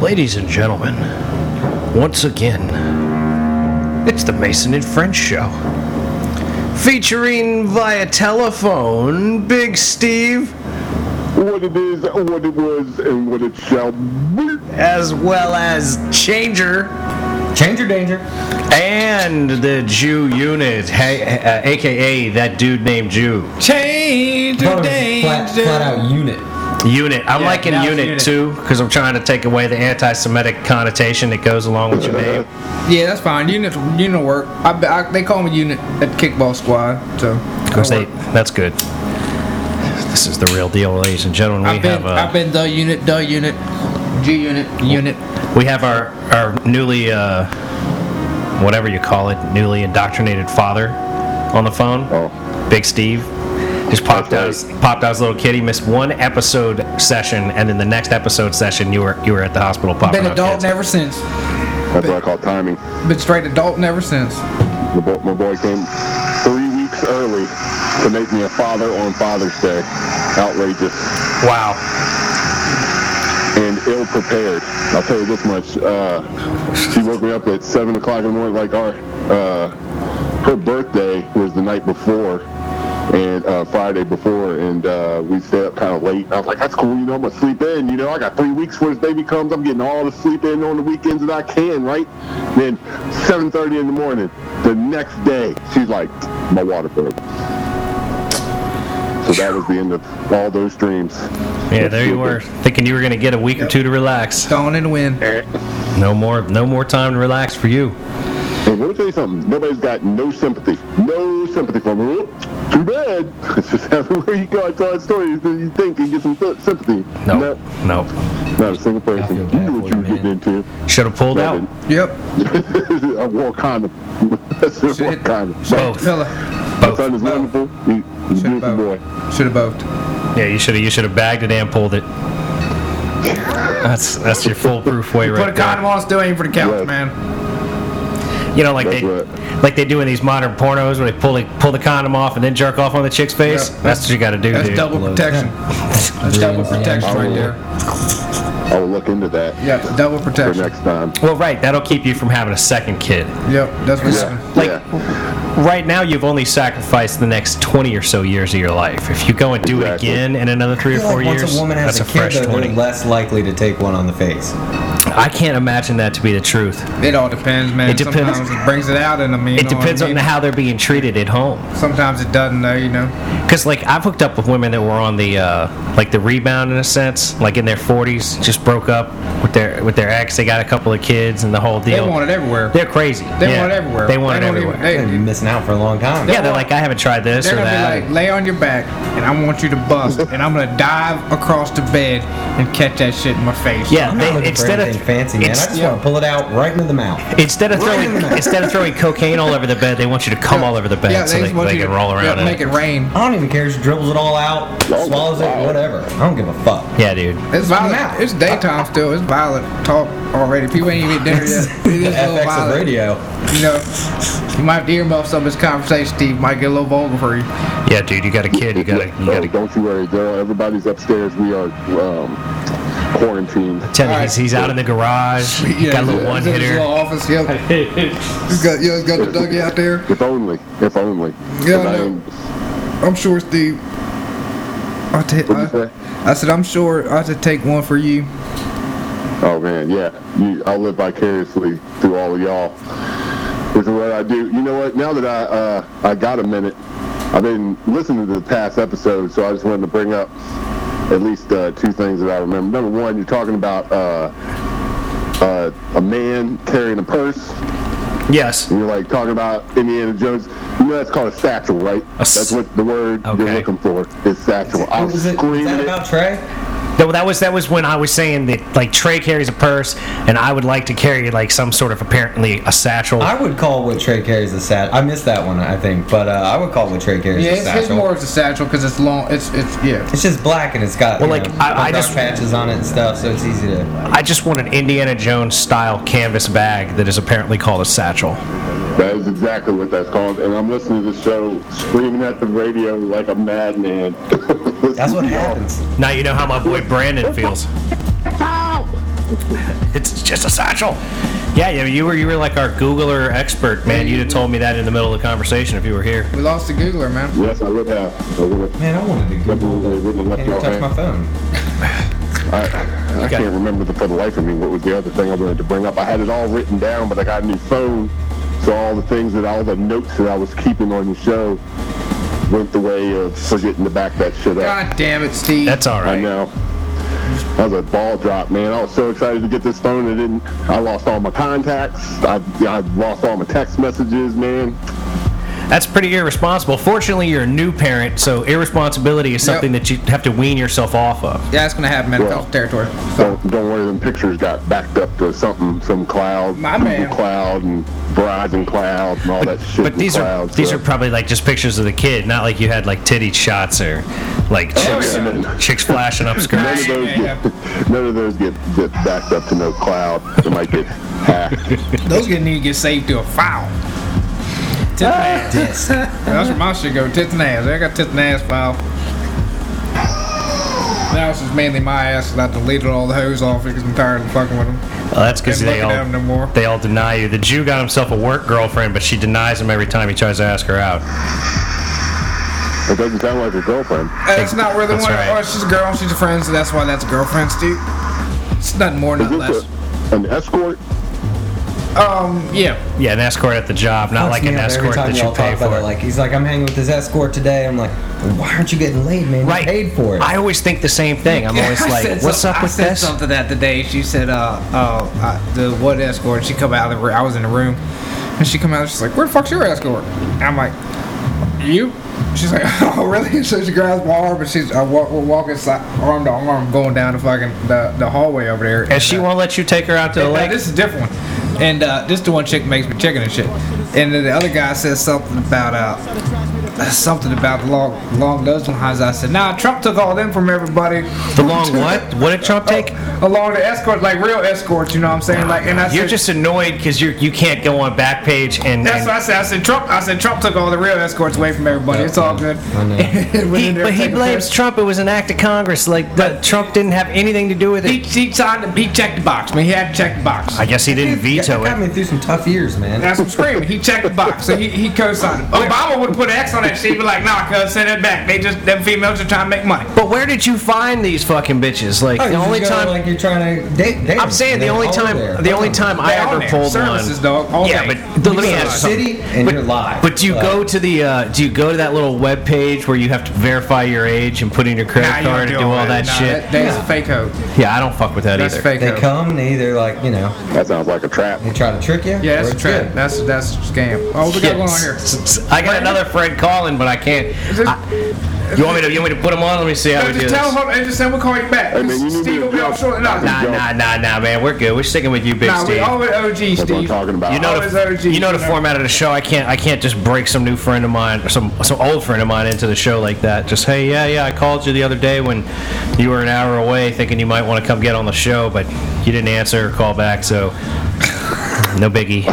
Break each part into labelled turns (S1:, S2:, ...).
S1: Ladies and gentlemen, once again, it's the Mason and French Show. Featuring via telephone, Big Steve,
S2: what it is, what it was, and what it shall be.
S1: as well as Changer
S3: Change your danger.
S1: and the Jew Unit, hey, uh, aka that dude named Jew.
S4: Change
S3: Flat,
S4: your
S3: flat
S4: danger.
S3: out unit.
S1: Unit. I'm
S4: Yeah,
S1: liking
S4: now it's
S1: Unit,
S4: Unit.
S1: too, because I'm trying to take away the anti Semitic connotation that goes along with your name.
S4: Yeah, that's fine. Unit, unit work. I, be- I, they call me unit at kickball squad. So
S1: Of course, they, that's good. This is the real deal, ladies and gentlemen. We
S4: I've been,
S1: have uh,
S4: I've been the unit, the unit, G unit, unit.
S1: we have our our newly uh, whatever you call it, newly indoctrinated father on the phone.
S2: Oh.
S1: Big Steve just popped out
S2: That's
S1: his, popped out his little kid. He missed one episode session, and in the next episode session, you were you were at the hospital popping
S4: Been
S1: out
S4: adult
S1: kids.
S4: ever since.
S2: That's what I call timing.
S4: Been straight adult ever since.
S2: The bo- my boy came three weeks early to make me a father on Father's Day. Outrageous
S1: Wow.
S2: and ill prepared. I'll tell you this much. Uh, she woke me up at seven o'clock in the morning. Like our uh, her birthday was the night before. And uh, Friday before, and uh, we stayed up kind of late. I was like, "That's cool, you know. I'm gonna sleep in. You know, I got three weeks before this baby comes. I'm getting all the sleep in on the weekends that I can, right?" Then, 7:30 in the morning, the next day, she's like, "My water broke." So that was the end of all those dreams.
S1: Yeah, there you were, thinking you were gonna get a week or two to relax.
S4: Gone in the wind.
S1: No more, no more time to relax for you.
S2: Hey, let me tell you something. Nobody's got no sympathy. No sympathy for me. Too bad. It's just everywhere you go, I tell that story. You think you get some sy- sympathy.
S1: No, no.
S2: Not, not a single person.
S3: I
S2: You
S3: feel bad
S2: knew what
S3: for
S2: you
S3: you,
S2: were getting
S3: man.
S2: into.
S1: Should have pulled out.
S4: Yep.
S2: I wore a condom. That's a wore a
S4: Shit.
S2: condom.
S1: Both.
S4: Fella.
S2: My son is
S4: Both.
S2: wonderful. He- He's a
S4: Should've
S2: beautiful boy.
S4: both. Should've both.
S1: Yeah, you should have. You should have bagged it and pulled it. That's that's your foolproof way
S4: Put
S1: right
S4: a condom
S1: there.
S4: on. Still aim for the couch,
S2: Right.
S4: man.
S1: You know, like
S2: That's
S1: they
S2: right.
S1: like they do in these modern pornos where they pull the, pull the condom off and then jerk off on the chick's face.
S4: Yeah,
S1: that's, what you got to do,
S4: That's
S1: dude.
S4: double
S3: Load.
S4: protection. That's double
S3: Dreams, yeah.
S4: protection right
S2: Oh.
S4: there.
S2: I will look into that
S4: Yep. Double
S2: for
S4: protection.
S2: next time.
S1: Well, right. That'll keep you from having a second kid.
S4: Yep. That's what's
S2: Yeah.
S4: happening.
S1: Like-
S2: yeah.
S1: Right now, you've only sacrificed the next twenty or so years of your life. If you go and do
S2: Exactly.
S1: it again in another three or
S3: I feel
S1: four
S3: like
S1: years,
S3: once a woman has
S1: that's
S3: a,
S1: a, fresh
S3: kid, though,
S1: twenty.
S3: they're less likely to take one on the face.
S1: I can't imagine that to be the truth.
S4: It all depends, man.
S1: It depends.
S4: Sometimes it brings it out in them. You
S1: It
S4: know what I
S1: depends on
S4: mean?
S1: how they're being treated at home.
S4: Sometimes it doesn't, though. You know.
S1: Because like I've hooked up with women that were on the uh, like the rebound in a sense, like in their 40s, just broke up with their with their ex. They got a couple of kids and the whole
S4: They
S1: deal.
S4: want it everywhere.
S1: They're crazy.
S4: They
S1: Yeah.
S4: want it everywhere.
S1: They want it
S4: don't
S1: everywhere.
S4: even-
S3: They've
S4: they-
S3: been missing out for a long time.
S1: yeah, they're
S4: want-
S1: like I haven't tried this
S4: They're
S1: or
S4: gonna
S1: that.
S4: be like, lay on your back, and I want you to bust, and I'm gonna dive across the bed and catch that shit in my face.
S1: yeah,
S3: I'm not
S1: they,
S3: looking for
S1: instead of
S3: anything fancy, man. I
S1: it's-
S3: just want to pull it out right into the mouth.
S1: Instead of throwing instead of throwing cocaine all over the bed, they want you to come all over the bed
S4: Yeah,
S1: so they,
S4: just want
S1: they
S4: you
S1: can
S4: to-
S1: roll
S4: yeah,
S1: around in
S4: make
S1: it.
S4: it rain.
S3: I don't even care. She dribbles it all out,
S2: Oh,
S3: swallows
S2: wow.
S3: it, whatever. I don't give a fuck.
S1: Yeah, dude.
S4: It's
S3: Come
S4: violent.
S3: out.
S4: It's daytime still. It's violent talk already. People ain't even at dinner yet. It is a little
S3: FX of
S4: violent.
S3: radio.
S4: You know, you might have to earmuff some of this conversation, Steve. Might get a little vulgar for you.
S1: Yeah, dude. You got a kid. You gotta you
S2: Oh,
S1: gotta.
S2: don't you worry, girl. Everybody's upstairs. We are um, quarantined.
S1: Tell me,
S4: All
S1: he's,
S4: right.
S1: he's out in the garage. got a little one
S4: it's in his
S1: hitter.
S4: little office. Yep. he's got, yeah, he's got the Dougie out there.
S2: If only. If only.
S4: Yeah,
S2: If
S4: I
S2: I
S4: know.
S2: am-
S4: I'm sure, Steve. I'll ta-
S2: What'd you
S4: I,
S2: say?
S4: I said, I'm sure I should take one for you.
S2: Oh man, yeah. You, I live vicariously through all of y'all. This is what I do. You know what? Now that I uh, I got a minute, I've been listening to the past episodes, so I just wanted to bring up at least uh, two things that I remember. Number one, you're talking about uh, uh, a man carrying a purse.
S1: Yes.
S2: And you're like talking about Indiana Jones. You know that's called a satchel, right?
S1: s-
S2: that's what the word
S1: Okay.
S2: you're looking for is satchel. I
S3: What
S2: was
S3: was it?
S2: screaming
S3: Is that
S2: it.
S3: about Trey?
S1: No, that was that was when I was saying that like Trey carries a purse, and I would like to carry like some sort of apparently a satchel.
S3: I would call what Trey carries a satchel. I missed that one, I think, but uh, I would call what Trey carries
S4: Yeah,
S3: a
S4: it's,
S3: satchel.
S4: it's more of a satchel because it's long. It's it's yeah.
S3: It's just black and it's got
S1: Well,
S3: you
S1: like,
S3: know,
S1: I- I
S3: dark
S1: just-
S3: patches on it and stuff, so it's easy to.
S1: I just want an Indiana Jones style canvas bag that is apparently called a satchel.
S2: That is exactly what that's called. And I'm listening to the show, screaming at the radio like a madman.
S3: That's what happens.
S1: Now you know how my boy Brandon feels.
S2: Ow!
S1: It's just essential. Yeah, yeah, you were you were like our Googler expert, man. You'd have told me that in the middle of the conversation if you were here.
S4: We lost the Googler, man.
S2: Yes, I would have. I would have.
S3: Man, I wanted to Google
S2: They wouldn't
S3: that.
S2: have left
S3: Can't even
S2: y'all
S3: touch
S2: hanging.
S3: my phone.
S2: I, I can't remember the, for the life of me what was the other thing I wanted to bring up. I had it all written down, but I got a new phone, so all the things that all the notes that I was keeping on the show went the way of forgetting to back that shit up.
S4: God damn it, Steve.
S1: That's all
S2: I
S1: right.
S2: know. That was a ball drop, man. I was so excited to get this phone. I didn't. I lost all my contacts. I, I lost all my text messages, man.
S1: That's pretty irresponsible. Fortunately, you're a new parent, so irresponsibility is something that you have to wean yourself off of.
S4: yeah, it's gonna happen, man. It's
S2: Yeah.
S4: off territory.
S2: So don't worry, them pictures got backed up to something, some cloud,
S4: My
S2: Google
S4: man.
S2: Cloud and Verizon Cloud and all that shit.
S1: But
S2: in
S1: these are
S2: cloud,
S1: these
S2: so-
S1: are probably like just pictures of the kid, not like you had like titty shots or like chicks
S2: yeah, no.
S1: chicks flashing up
S2: None of
S1: skirts.
S2: those get none of those get, get backed up to no cloud. They might get hacked.
S4: Those gonna need to get saved to a file. Tits and ass. That's where my shit go. Tits and ass. I got tits and ass file. Now it's just mainly my ass, and I deleted all the hoes off because I'm tired of fucking with them.
S1: Well, that's because
S4: Can't
S1: they
S4: look at them no
S1: all
S4: more.
S1: they all deny you. The Jew got himself a work girlfriend, but she denies him every time he tries to ask her out.
S2: It doesn't sound like a girlfriend.
S4: That's not where the
S1: That's
S4: one.
S1: right.
S4: Oh, she's a girl. She's a friend, so that's why that's girlfriends, dude. It's nothing more,
S2: Is
S4: nothing
S2: this
S4: less.
S2: a, an escort?
S4: Um, yeah.
S1: Yeah, an escort at the job, not
S3: Fucks
S1: like
S3: me
S1: an
S3: up every
S1: escort
S3: time
S1: that you
S3: y'all
S1: pay
S3: talk about
S1: for.
S3: it. Like he's like, I'm hanging with this escort today. I'm like, why aren't you getting laid, man?
S1: right.
S3: You paid for it.
S1: I always think the same thing. I'm always
S4: I
S1: like,
S4: said
S1: what's
S4: some-
S1: up
S4: I
S1: with
S4: said
S1: this?
S4: something that today. She said, uh, uh, uh, the what escort? She come out of the room. I was in the room, and she come out. She's like, where the fuck's your escort? And I'm like, you? She's like, oh really? So she grabs my arm, and she's uh, wa- we're walking side, arm to arm, going down the fucking the, the hallway over there.
S1: And she won't let you take her out to the
S4: Now,
S1: lake.
S4: this is a different one. And uh, this the one chick makes me chicken and shit. And then the other guy says something about uh, something about long long Muslim highs. I said, nah, Trump took all them from everybody.
S1: The long what? What did
S3: Oh,
S1: Trump take?
S4: along the escort, like real escorts, you know what I'm saying? Like, and I
S1: You're
S4: said,
S1: just annoyed because you you can't go on Backpage and.
S4: that's what I
S1: and
S4: said. I said Trump. I said Trump took all the real escorts away from everybody. It's all good.
S1: he, but he blames Trump. It was an act of Congress. Like the, Trump didn't have anything to do with
S4: He,
S1: it.
S4: he signed. the- He checked the box. Man, he had to check the box.
S1: I guess he didn't
S3: Yeah,
S1: veto
S3: that got
S1: it.
S3: me through some tough years, man.
S4: That's what I'm screaming. He checked the box, so he, he co-signed.
S1: Oh.
S4: it. Obama would put an X on that shit. He'd be like, nah, cuz send it back. They just them females are trying to make money.
S1: But where did you find these fucking bitches? Like
S3: Oh, you
S1: the
S3: just
S1: only
S3: go,
S1: time.
S3: like you're trying to date. date
S1: I'm saying the only time. The only time I
S4: They all
S1: ever
S4: there.
S1: pulled
S4: Services,
S1: one.
S4: dog, all
S1: yeah,
S4: day.
S1: but the, let me
S4: You go to
S1: ask
S4: the
S1: you something.
S3: city and
S1: but,
S3: you're live.
S1: But do you
S3: Uh,
S1: go to the uh, do you go to that little web page where you have to verify your age and put in your credit
S4: Nah, you
S1: card and do all that
S4: nah,
S1: shit?
S4: That, that's fake hoe.
S1: yeah, I don't fuck with that
S4: That's
S1: either.
S4: fake
S3: They
S4: hoe.
S3: come and they either like you know
S2: That sounds like a trap.
S3: they try to trick you.
S4: Yeah, that's
S3: or
S4: a
S3: it's
S4: trap.
S3: good.
S4: That's that's a scam. Oh, what we got going on here?
S1: S- s- I got another friend calling, but I can't.
S4: it-
S1: I- you want me to you want me to put him on? Let me see how we
S4: No,
S1: do
S4: just
S1: this.
S4: tell him, hold on, and just say we'll call you back.
S2: Hey, man, you need to
S4: Steve will be on
S2: adjust.
S4: short. Nah,
S1: Nah,
S4: nah,
S2: Yo.
S1: nah, nah, nah, man. We're good. We're sticking with you, Big
S4: nah we
S1: Steve.
S4: all with OG,
S2: That's what I'm
S4: Steve.
S2: talking about.
S1: You know
S4: Uh, Always
S1: the
S4: OG,
S1: you know the
S4: you know.
S1: format of the show. I can't I can't just break some new friend of mine, some some old friend of mine into the show like that. Just hey, yeah, yeah, I called you the other day when you were an hour away, thinking you might want to come get on the show, but you didn't answer or call back, so no biggie.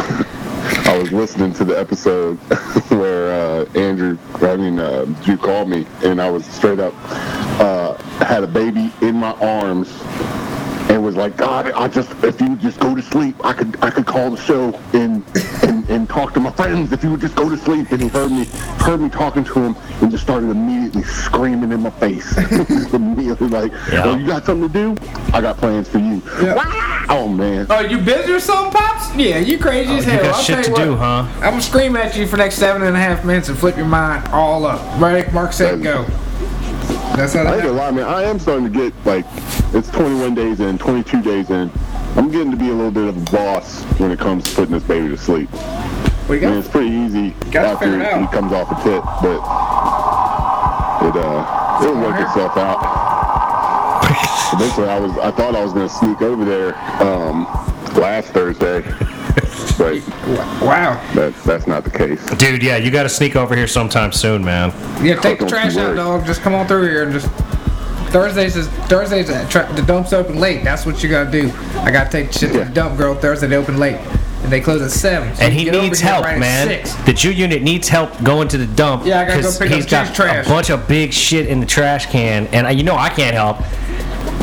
S2: I was listening to the episode where uh, Andrew, I mean, uh, you called me, and I was straight up uh, had a baby in my arms, and was like, God, I just if you would just go to sleep, I could I could call the show and and, and talk to my friends if you would just go to sleep. And he heard me heard me talking to him, and just started immediately screaming in my face, immediately like,
S1: Yeah.
S2: Oh, you got something to do? I got plans for you. Oh man.
S4: Oh, you busy or something, Pops? Yeah, you crazy as
S1: Oh, you
S4: hell.
S1: got
S4: I'll
S1: shit
S4: tell you
S1: to
S4: what,
S1: do, huh?
S4: I'm gonna scream at you for the next seven and a half minutes and flip your mind all up. Ready, Mark, set, go. That's how
S2: I
S4: that
S2: ain't gonna
S4: happens.
S2: lie, man. I am starting to get like it's 21 days in, 22 days in. I'm getting to be a little bit of a boss when it comes to putting this baby to sleep.
S4: What you
S2: I mean,
S4: got?
S2: it's pretty easy
S4: Gotta
S2: after
S4: figure it out.
S2: he comes off a pit, but it uh it'll work itself out. Eventually, I was I thought I was gonna sneak over there um last Thursday, but Mm-hmm.
S4: Wow.
S2: that, that's not the case.
S1: Dude, yeah, you got to sneak over here sometime soon, man.
S4: Yeah, take the
S2: Don't
S4: trash
S2: you
S4: out,
S2: worry.
S4: dog. Just come on through here and just. Thursdays is Thursdays. uh, Tra- the dump's open late. That's what you gotta do. I gotta take shit to
S2: Yeah.
S4: the dump, girl. Thursday they open late, and they close at seven. So
S1: And
S4: you
S1: he
S4: get over
S1: needs
S4: here
S1: help,
S4: right at
S1: man.
S4: six.
S1: The Jew unit needs help going to the dump.
S4: Yeah, I gotta go
S1: 'cause
S4: pick up
S1: he's got
S4: Jew's trash.
S1: a bunch of big shit in the trash can, and I, you know I can't help.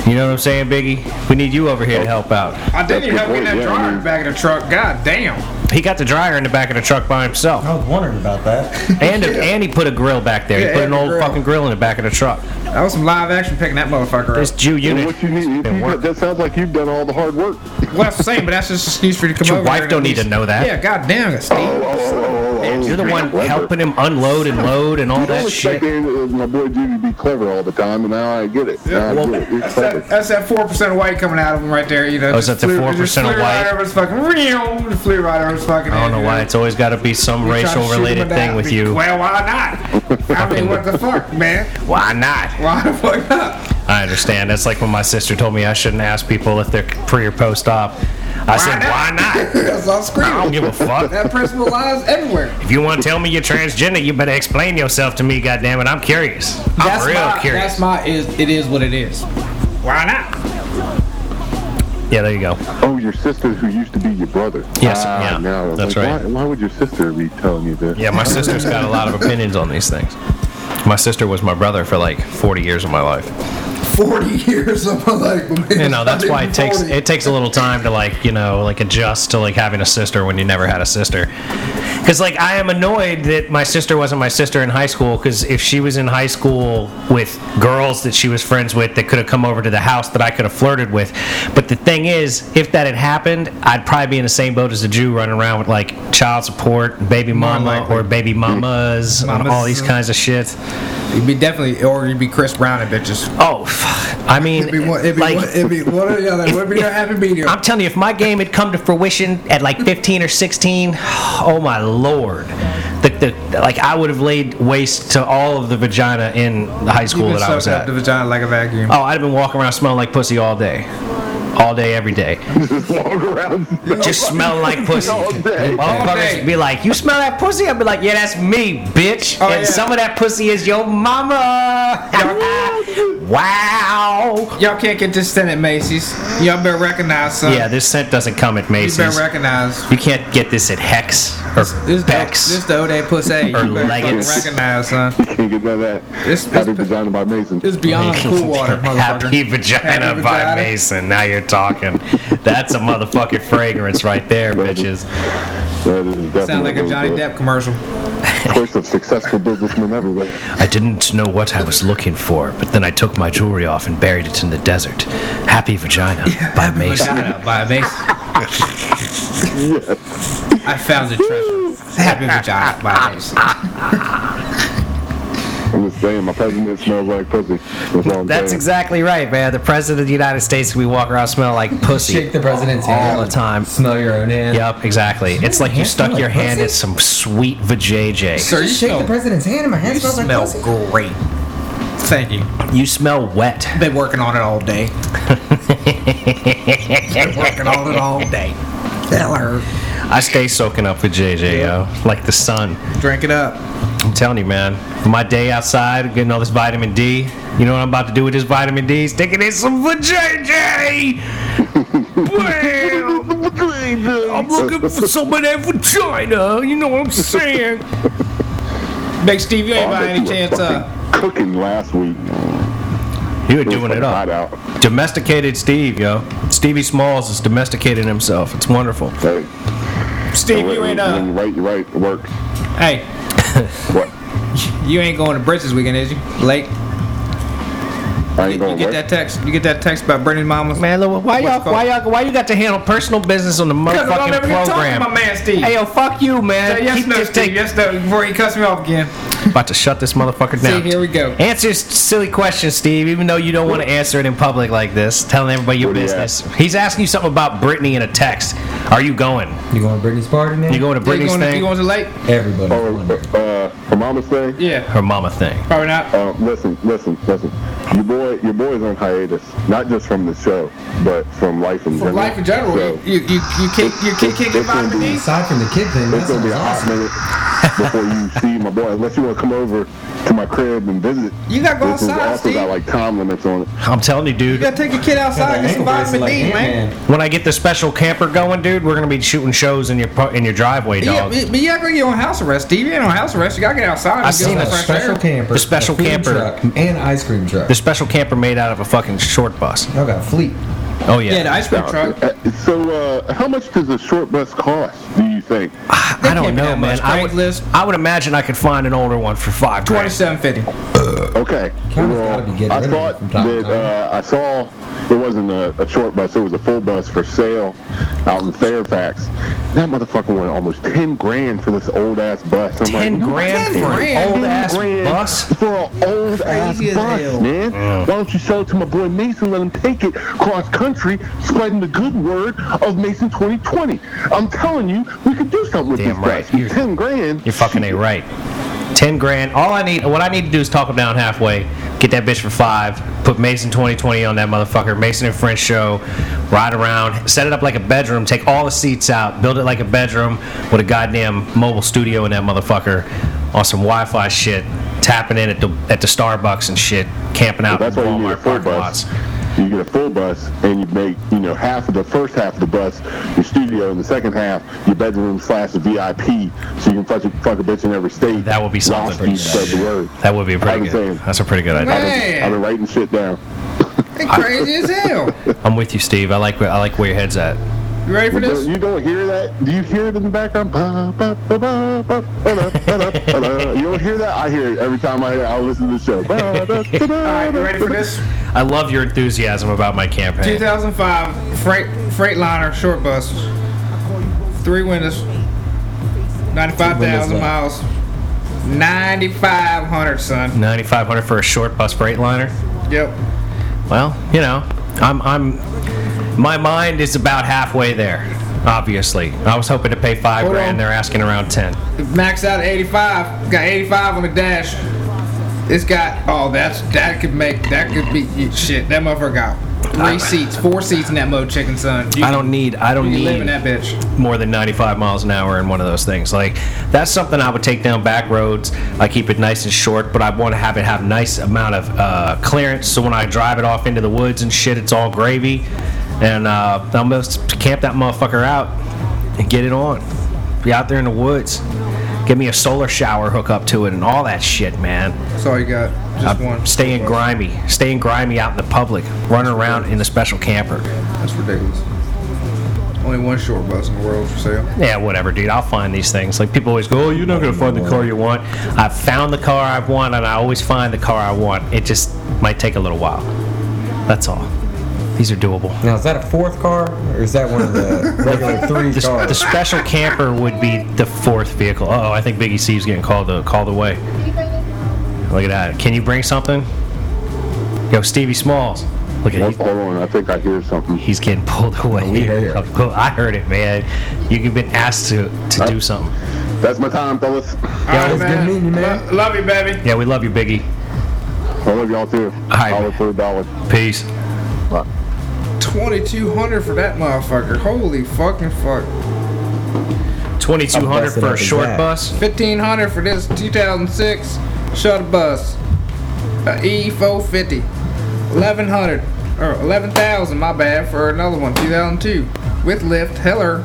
S1: You know what I'm saying, Biggie? We need you over here to help out.
S4: I didn't
S2: That's
S4: even
S2: a
S4: help
S2: good
S4: get that
S2: point, yeah, I
S4: dryer
S2: mean-
S4: back in the truck. God damn.
S1: He got the dryer in the back of the truck by himself,
S5: I was wondering about that.
S1: and and he put a grill back there.
S4: Yeah,
S1: he put an
S4: and a
S1: old
S4: grill.
S1: fucking grill in the back of the truck.
S4: That was some live action picking that motherfucker
S1: This
S4: up.
S1: Jew
S2: And
S1: unit.
S2: what you need, you-
S1: been
S2: you-
S1: working.
S2: that sounds like you've done all the hard work. Oh,
S4: Well, that's the same, but that's just an excuse for you to come
S1: Your
S4: over.
S1: wife
S4: here and
S1: don't
S4: at
S1: need to
S4: least-
S1: know that.
S4: Yeah, God damn it,
S2: oh,
S4: Steve.
S2: oh, oh, oh, oh,
S1: You're the
S2: Jimmy
S1: one
S2: Clever.
S1: helping him unload and load and all
S2: I
S1: that
S2: was
S1: shit.
S2: expecting uh, my boy Judy to be clever all the time, and now I get it. Now I
S1: Well,
S2: get it. He's
S4: That's
S2: clever.
S4: that, that's that 4% of white coming out of him right there, you know.
S1: Oh, is
S4: just
S1: that the
S4: flew- just
S1: 4% of
S4: flew
S1: white?
S4: Right over his fucking, Just flew right over his fucking
S1: I don't
S4: head,
S1: know
S4: you
S1: why it's always got to be some
S4: We tried to
S1: racial
S4: shoot him
S1: related
S4: down.
S1: thing with
S4: We-
S1: you.
S4: Well, why not? I mean, what the fuck, man?
S1: Why not?
S4: Why the fuck not?
S1: I understand. That's like when my sister told me I shouldn't ask people if they're pre or post op. I said,
S4: not?
S1: why not?
S4: That's all
S1: I don't
S4: screaming.
S1: give a fuck.
S4: That principle lies everywhere.
S1: If you want to tell me you're transgender, you better explain yourself to me, goddammit. I'm curious. I'm
S4: That's
S1: real
S4: my,
S1: curious.
S4: That's my is. It is what it is. Why not?
S1: yeah, there you go.
S2: Oh, your sister who used to be your brother.
S1: Yes,
S2: Ah,
S1: yeah,
S2: now I was
S1: that's
S2: like,
S1: right.
S2: Why, why would your sister be telling you this?
S1: Yeah, my sister's got a lot of opinions on these things. My sister was my brother for like 40 years of my life.
S4: Forty years of my life. man.
S1: You know, that's why it takes
S4: 40.
S1: it takes a little time to like you know like adjust to like having a sister when you never had a sister. Because like I am annoyed that my sister wasn't my sister in high school. Because if she was in high school with girls that she was friends with that could have come over to the house that I could have flirted with, but the thing is, if that had happened, I'd probably be in the same boat as a Jew running around with like child support, baby mama,
S4: likely.
S1: or baby mamas, and
S4: Mamas.
S1: all these kinds of shit.
S4: You'd be definitely, or you'd be Chris Brown and bitches.
S1: Oh, fuck. I mean,
S4: It'd be one. It'd be
S1: like.
S4: one. It'd be one or the other. It'd be your happy medium.
S1: I'm telling you, if my game had come to fruition at like 15 or 16, oh my lord, the, the, like I would have laid waste to all of the vagina in the high
S4: You've
S1: school
S4: been
S1: that I was
S4: sucking up
S1: at.
S4: the vagina like a vacuum.
S1: Oh, I'd have been walking around smelling like pussy all day, all day, every day,
S2: Just walk around.
S1: just smelling like pussy.
S2: All day.
S1: Motherfuckers
S4: day.
S1: be like, "You smell that pussy?" I'd be like, "Yeah, that's me, bitch."
S4: Oh,
S1: and
S4: yeah.
S1: some of that pussy is your mama. wow.
S4: Y'all can't get this scent at Macy's. Y'all better recognize some.
S1: Yeah, this scent doesn't come at
S4: Uh, you better
S1: Macy's.
S4: recognize.
S1: You can't get this at Hex or
S4: This
S1: Bex.
S4: This the old day pussy. You
S1: Or
S4: better fucking
S1: leggings.
S4: recognize, son.
S2: Can't get none of that.
S4: This- this-
S2: Happy designed by Mason.
S4: It's beyond cool water, motherfucker.
S1: Happy vagina
S4: Happy
S1: by
S4: vagina.
S1: Mason. Now you're talking. That's a motherfucking fragrance right there, bitches.
S2: That is definitely
S4: Sound like a Johnny
S2: the
S4: Depp commercial.
S2: Course of successful businessmen everywhere.
S1: I didn't know what I was looking for, but then I took my jewelry off and buried it in the desert. Happy vagina by Mason.
S4: Vagina by Mason. I found the treasure. Happy vagina by Mason.
S2: I'm just saying, my president smells like pussy. That's all I'm
S1: That's
S2: saying.
S1: exactly right, man. The president of the United States, we walk around smelling like pussy
S3: Shake the president's hand
S1: all the time.
S3: Smell your own hand.
S1: Yep, exactly. It's like you stuck your hand in some sweet vajayjay.
S4: Sir, you
S3: Shake the
S4: smell,
S3: president's hand, and my hand
S4: you
S3: smells like
S4: smell
S3: pussy.
S4: great. Thank you.
S1: You smell wet.
S4: Been working on it all day. Been working on it all day. That'll hurt.
S1: I stay soaking up vajayjay, yo, like the sun.
S4: Drink it up.
S1: I'm telling you, man. For my day outside, getting all this vitamin D. You know what I'm about to do with this vitamin D? Stick it in some vajayjay. Bam! I'm looking for some of that vagina. You know what I'm saying?
S4: Big Steve, you
S2: Oh,
S4: ain't
S2: I
S4: by
S2: bet you
S4: any
S2: were
S4: chance uh,
S2: fucking Cooking last week.
S1: You were doing it
S2: Hot
S1: up.
S2: out.
S1: Domesticated Steve, yo. Stevie Smalls is domesticating himself. It's wonderful.
S2: Hey,
S4: Steve,
S2: when-
S4: you ain't
S2: when
S4: uh
S2: you're right, you're right. It works.
S4: hey,
S2: What?
S4: you ain't going to Brits this weekend, is you? Late?
S2: I ain't
S4: You,
S2: going
S4: you get
S2: to
S4: that text. You get that text about Brendan Mama's
S1: Man, look, why y'all, why y'all, why you got to handle personal business on the
S4: Because I'll
S1: motfucking
S4: never get talking to my
S1: program?
S4: man Steve.
S1: Hey, yo, fuck you,
S4: Say
S1: man.
S4: yes,
S1: Keep
S4: no,
S1: this
S4: Steve.
S1: thing-
S4: Yes, no. Before he cuts me off again.
S1: About to shut this motherfucker
S4: See,
S1: down.
S4: here we go.
S1: Answer s- silly questions, Steve, even though you don't want to answer it in public like this, telling everybody your
S2: What do you
S1: business. He's asking you something about Britney in a text. Are you going?
S3: You going to Britney's party now?
S1: You going to
S4: Yeah, you
S1: Britney's
S4: going, to- you
S1: thing?
S4: going to late?
S3: Everybody.
S2: Oh, uh, her mama's thing.
S4: Yeah.
S1: Her mama thing.
S4: Probably not.
S2: Uh, listen, listen, listen. Your boy, your boy's on hiatus, not just from the show, but from life in
S4: For
S2: general.
S4: life in general,
S2: So,
S4: you you you kick you kick kick
S2: It's gonna
S4: vitamin
S2: be-
S4: D.
S3: Aside from the kid thing,
S2: it's
S3: that's
S2: gonna be a hot
S3: awesome.
S2: minute. before you see my boy, unless you want to come over to my crib and visit.
S4: You gotta go
S2: This is
S4: outside,
S2: also got
S4: Steve.
S2: like time limits on it.
S1: I'm telling you,
S4: You
S1: dude.
S4: gotta take your kid outside and get some
S3: It's
S4: vitamin
S3: like,
S4: D,
S3: hey,
S4: man.
S3: man.
S1: When I get the special camper going, dude, we're gonna be shooting shows in your pu- in your driveway,
S4: Yeah,
S1: dog.
S4: but but you gotta go get on house arrest, Steve. You ain't on house arrest. You gotta get outside and
S1: I've
S4: get
S1: seen a
S4: some fresh
S3: Special
S4: air.
S3: camper.
S1: The special
S3: a food
S1: camper.
S3: truck, and ice cream truck.
S1: The special camper made out of a fucking short bus.
S3: Y'all got fleet.
S1: Oh yeah.
S4: Yeah, the ice cream truck.
S2: Uh, So, uh, how much does a short bus cost? Do you think?
S1: I
S4: That
S1: don't
S4: can't be
S1: know,
S4: that
S1: man.
S4: much.
S1: I would,
S4: Craigslist.
S1: I would imagine I could find an older one for five grand.
S4: Twenty-seven fifty.
S2: Okay.
S3: Kind of gotta be getting
S2: I
S3: rid of it
S2: thought
S3: from time to
S2: that uh, I saw it wasn't a, a short bus; it was a full bus for sale out in Fairfax. That motherfucker went almost ten grand for this old ass bus. I'm
S1: 10
S2: like,
S1: grand
S4: Ten
S1: for an
S4: grand.
S1: old ass
S2: grand
S1: bus?
S2: for an old ass
S4: Crazy as hell.
S2: bus, man. Why don't you sell it to my boy Mason? Let him take it cross country, spreading the good word of Mason 2020. I'm telling you, we could do something with
S1: Damn
S2: this
S1: right.
S2: bus.
S1: You're-
S2: Ten grand.
S1: You're fucking a right. Ten grand. All I need, what I need to do is talk him down halfway. Get that bitch for five. Put Mason 2020 on that motherfucker. Mason and French show. Ride around. Set it up like a bedroom. Take all the seats out. Build it like a bedroom with a goddamn mobile studio in that motherfucker. On some Wi-Fi shit. Tapping in at the at the Starbucks and shit. Camping out
S2: That's
S1: in
S2: why you need a
S1: Walmart
S2: full
S1: parking
S2: bus.
S1: lots.
S2: You get a full bus, and you make you know half of the first half of the bus your studio, and the second half your bedroom slash the VIP, so you can fuck a, fuck a bitch in every state.
S1: That would be something.
S2: Whilst You spread the word.
S1: That would be a pretty
S2: I'm
S1: good.
S2: saying-
S1: That's a pretty good idea.
S4: Man.
S2: I've been writing shit down.
S4: They crazy as hell.
S1: I'm with you, Steve. I like where- I like where your head's at.
S4: You ready for
S2: You don't-
S4: this?
S2: you don't hear that? Do you hear it in the background? Ba, ba, ba, ba, ba, ba, ba, ba, ba, ba. You don't hear that? I hear it every time I hear. I listen to the show.
S4: All right, you ready for this?
S1: I love your enthusiasm about my campaign.
S4: 2005 freight Freightliner short bus, three windows, 95,000 miles, 9,500, son.
S1: 9500 for a short bus Freightliner.
S4: Yep.
S1: Well, you know, I'm I'm my mind is about halfway there. Obviously, I was hoping to pay five
S4: Hold
S1: grand.
S4: on.
S1: They're asking around ten.
S4: Max out at 85. It's got 85 on the dash. It's got oh that's that could make that could be shit. That motherfucker got three seats, four seats in that mo chicken son. You,
S1: I don't need I don't
S4: you live in
S1: need
S4: that bitch.
S1: more than 95 miles an hour in one of those things. Like that's something I would take down back roads. I keep it nice and short, but I want to have it have nice amount of uh, clearance. So when I drive it off into the woods and shit, it's all gravy. And uh, I'll just camp that motherfucker out and get it on. Be out there in the woods. Give me a solar shower hookup to it and all that shit, man.
S4: That's all you got. Just one.
S1: Staying grimy, staying grimy out in the public, running around in the special camper.
S4: That's ridiculous. Only one short bus in the world for sale.
S1: Yeah, whatever, dude. I'll find these things. Like people always go, "Oh, you're not gonna find the car you want." I found the car I want, and I always find the car I want. It just might take a little while. That's all. These are doable.
S3: Now is that a fourth car or is that one of the regular three
S1: The, the
S3: cars?
S1: special camper would be the fourth vehicle. Oh, I think Biggie C's getting called the called away. Look at that. Can you bring something? Yo, Stevie Smalls. Look at
S2: Hold
S1: he's,
S2: on, I think I hear something.
S1: he's getting pulled away.
S3: We heard it.
S1: I heard it, man. You've been asked to to do something.
S2: That's my time, fellas.
S4: Alright,
S3: it's good meeting you, man.
S4: Lo- love you, baby.
S1: Yeah, we love you, Biggie.
S2: I love y'all too.
S1: right,
S2: Dollar
S1: man.
S2: for a dollar.
S1: Peace.
S2: Bye.
S4: 2200 for that motherfucker. Holy fucking fuck.
S1: 2200 for a short
S3: That.
S1: bus
S4: 1500 for this 2006 shuttle bus. A E E450. 1100 or 11,000, my bad, for another one 2002 with lift Heller.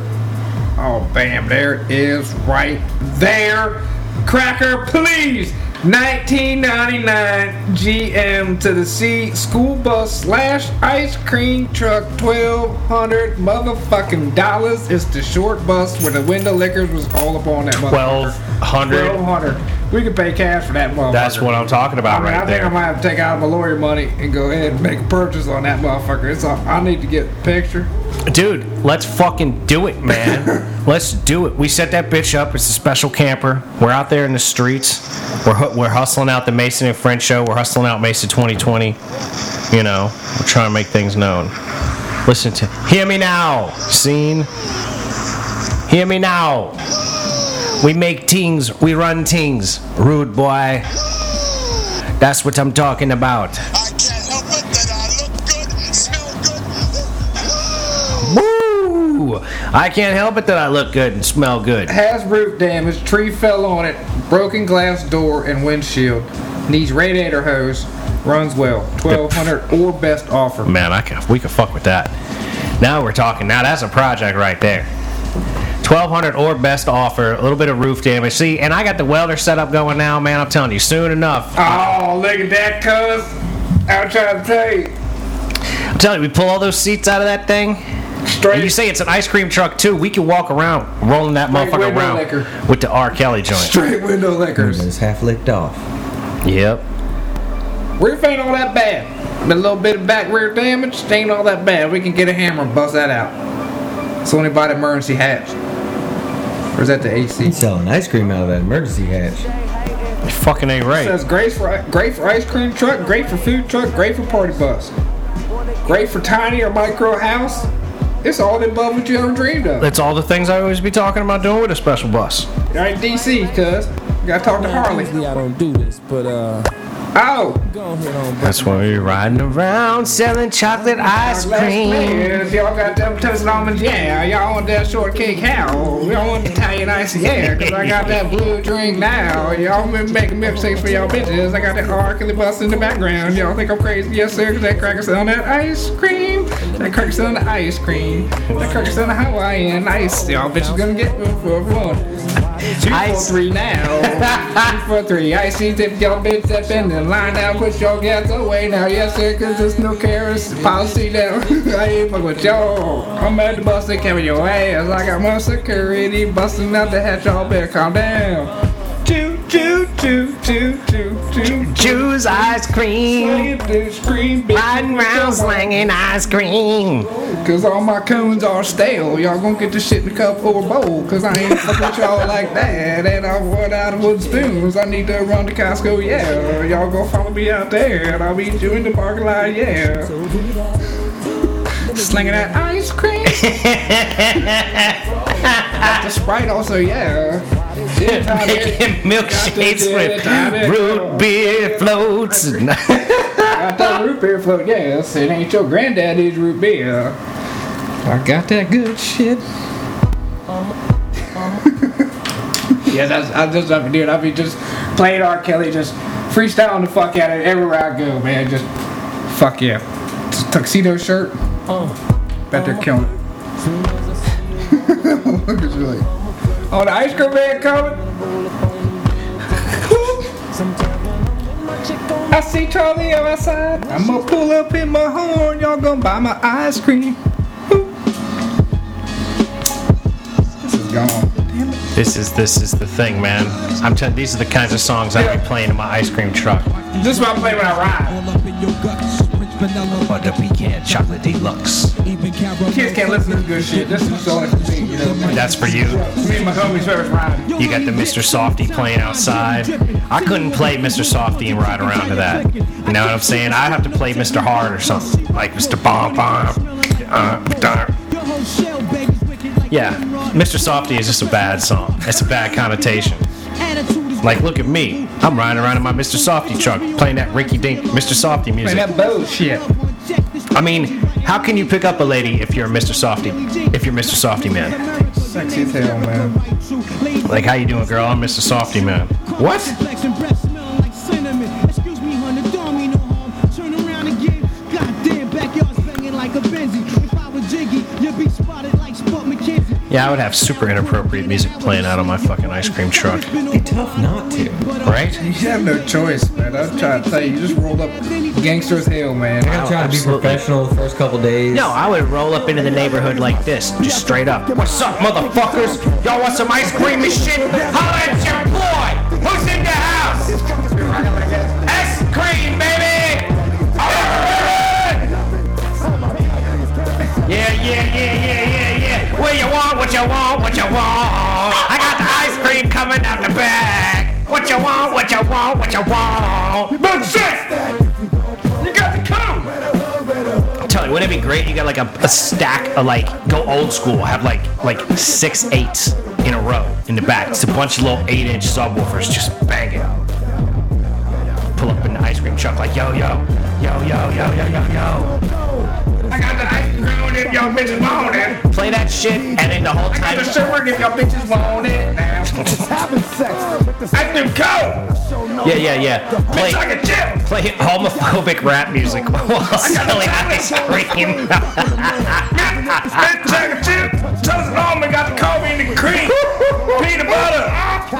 S4: Oh, bam, there it is right there. Cracker, please. 1999 GM to the C school bus slash ice cream truck. 1200 motherfucking dollars is the short bus where the window liquors was all up on that motherfucker.
S1: 1200
S4: 1200 We could pay cash for that motherfucker.
S1: that's what i'm talking
S4: I
S1: about
S4: mean, I
S1: right
S4: think I might
S1: there
S4: have to take out my lawyer money and go ahead and make a purchase on that motherfucker. It's all, I need to get a picture.
S1: dude let's fucking do it man let's do it we set that bitch up it's a special camper we're out there in the streets we're, hu- we're hustling out the mason and french show we're hustling out mason 2020 you know we're trying to make things known listen to hear me now scene hear me now we make teams we run teams rude boy that's what i'm talking about
S5: I can't help it that I look good, smell
S1: Woo! I can't help it that I look good and smell
S5: good.
S1: good.
S4: Has roof damage, tree fell on it, broken glass door and windshield, needs radiator hose, runs well, 1200 or best offer.
S1: Man, I could, we could fuck with that. Now we're talking. Now that's a project right there. 1200 or best offer, a little bit of roof damage. See, and I got the welder setup going now, man. I'm telling you, soon enough.
S4: Oh, look at that, cuz. I'm trying to tell you.
S1: I'm telling you, we pull all those seats out of that thing. And
S4: Straight.
S1: you say it's an ice cream truck too. We can walk around rolling that
S4: Like
S1: motherfucker
S4: window
S1: around
S4: licker.
S1: with the R. Kelly joint.
S4: Straight window lickers.
S3: It's half licked off.
S1: Yep.
S4: Roof ain't all that bad. But a little bit of back rear damage ain't all that bad. We can get a hammer and bust that out. It's only by the emergency hatch. Or is that the AC?
S3: He's selling ice cream out of that emergency hatch.
S1: You fucking ain't right.
S4: says great for great for ice cream truck, great for food truck, great for party bus, great for tiny or micro house. It's all the above what you ever dreamed of.
S1: That's all the things I always be talking about doing with a special bus.
S4: All right, DC, cuz you gotta talk to Harley.
S5: Usually I don't do this, but uh,
S4: Oh,
S5: go ahead on.
S1: That's why we're riding around selling chocolate ice
S4: last
S1: cream.
S4: players, y'all got them toast almonds, yeah. Y'all want that shortcake, how? Y'all want Italian ice, yeah. Cause I got that blue drink now. Y'all been making milkshakes for y'all bitches. I got that R. Kelly bus in the background. Y'all think I'm crazy? Yes, sir. Cause that cracker's on that ice cream. That cracker's on the ice cream. That cracker's on the Hawaiian ice. Y'all bitches gonna get one for one. Two
S1: Ice.
S4: for three now. Two for three. I see that y'all bitch that been in line now. Put your gas away now. Yes, sir, cause there's no carrots policy now. I ain't fuck with y'all. I'm at the bus and carry your ass. I got my security busting out the hatch. Y'all better calm down. Choo, choo, choo, choo, choo, choo.
S1: Choose ice cream.
S4: Slinging the screen, bitch.
S1: Riding around slanging ice cream.
S4: Cause all my cones are stale. Y'all gonna get this shit in a cup or a bowl. Cause I ain't fuck with y'all like that. And I'm run out of wooden spoons. I need to run to Costco, yeah. Y'all gonna follow me out there. And I'll meet you in the parking lot, yeah. Slinging that ice cream. Got the Sprite also, yeah. Gin tonic.
S1: Making milkshakes with root beer floats. and-
S4: Got that root beer float, yes. It ain't your granddaddy's root beer. I got that good shit. yeah, that's I just I dude, I be just playing R. Kelly, just freestyling the fuck out of it everywhere I go, man. Just fuck yeah. Just tuxedo shirt. Bet they're killing it. Look, it's really. Oh, the ice cream man coming. I see Charlie on my side. I'ma pull up in my horn. Y'all gonna buy my ice cream. This is gone. Damn it.
S1: This is this is the thing, man. I'm telling these are the kinds of songs I be playing in my ice cream truck.
S4: This is what I play when I ride.
S1: Butter pecan chocolate deluxe.
S4: Kids can't listen to this good shit. This is so interesting. You know, me
S1: That's for you.
S4: and my homies first ride.
S1: You got the Mr. Softy playing outside. I couldn't play Mr. Softy and ride around to that. You know what I'm saying? I have to play Mr. Hard or something, like Mr. Bomb Bomb. Uh, darn. yeah, Mr. Softy is just a bad song. It's a bad connotation. Like, look at me. I'm riding around in my Mr. Softy truck, playing that rinky-dink Mr. Softy
S4: Play
S1: music.
S4: that bullshit.
S1: I mean, how can you pick up a lady if you're a Mr. Softy? If you're Mr. Softy man,
S4: Sexy as hell, man.
S1: like, how you doing, girl? I'm Mr. Softy man. What? Yeah, I would have super inappropriate music playing out on my fucking ice cream truck,
S3: Be tough not to.
S1: right?
S4: You have no choice, man. I'm trying to tell you, you just rolled up gangster as hell, man.
S3: I'm trying to be
S1: Absolutely.
S3: professional the first couple days.
S1: No, I would roll up into the neighborhood like this, just straight up. What's up, motherfuckers? Y'all want some ice cream and shit? Holla at your boy! Who's in the house? Ice cream, baby! Yeah, yeah, yeah, yeah, yeah, yeah. What you want, what you want, what you want. I got the ice cream coming out the bag. What you want, what you want, what you want. But shit! You got to come! I'm telling you, wouldn't it be great? You got like a, a stack of like go old school, have like like six eights in a row in the back. It's a bunch of little eight inch subwoofers just banging. Pull up in the ice cream truck like yo yo yo yo yo yo yo yo. I got the ice cream in yo
S4: y'all bitches want it.
S1: Play that shit, and then the whole
S4: I'm
S1: time.
S4: just shivering if y'all bitches want it.
S6: Having sex with the
S4: I can go.
S1: Yeah, yeah, yeah.
S4: Bitch, I
S1: Play,
S4: can chill.
S1: play homophobic rap music while selling ice cream.
S4: Bitch, I can chill. Toast almond got the coffee and the cream. Peanut butter.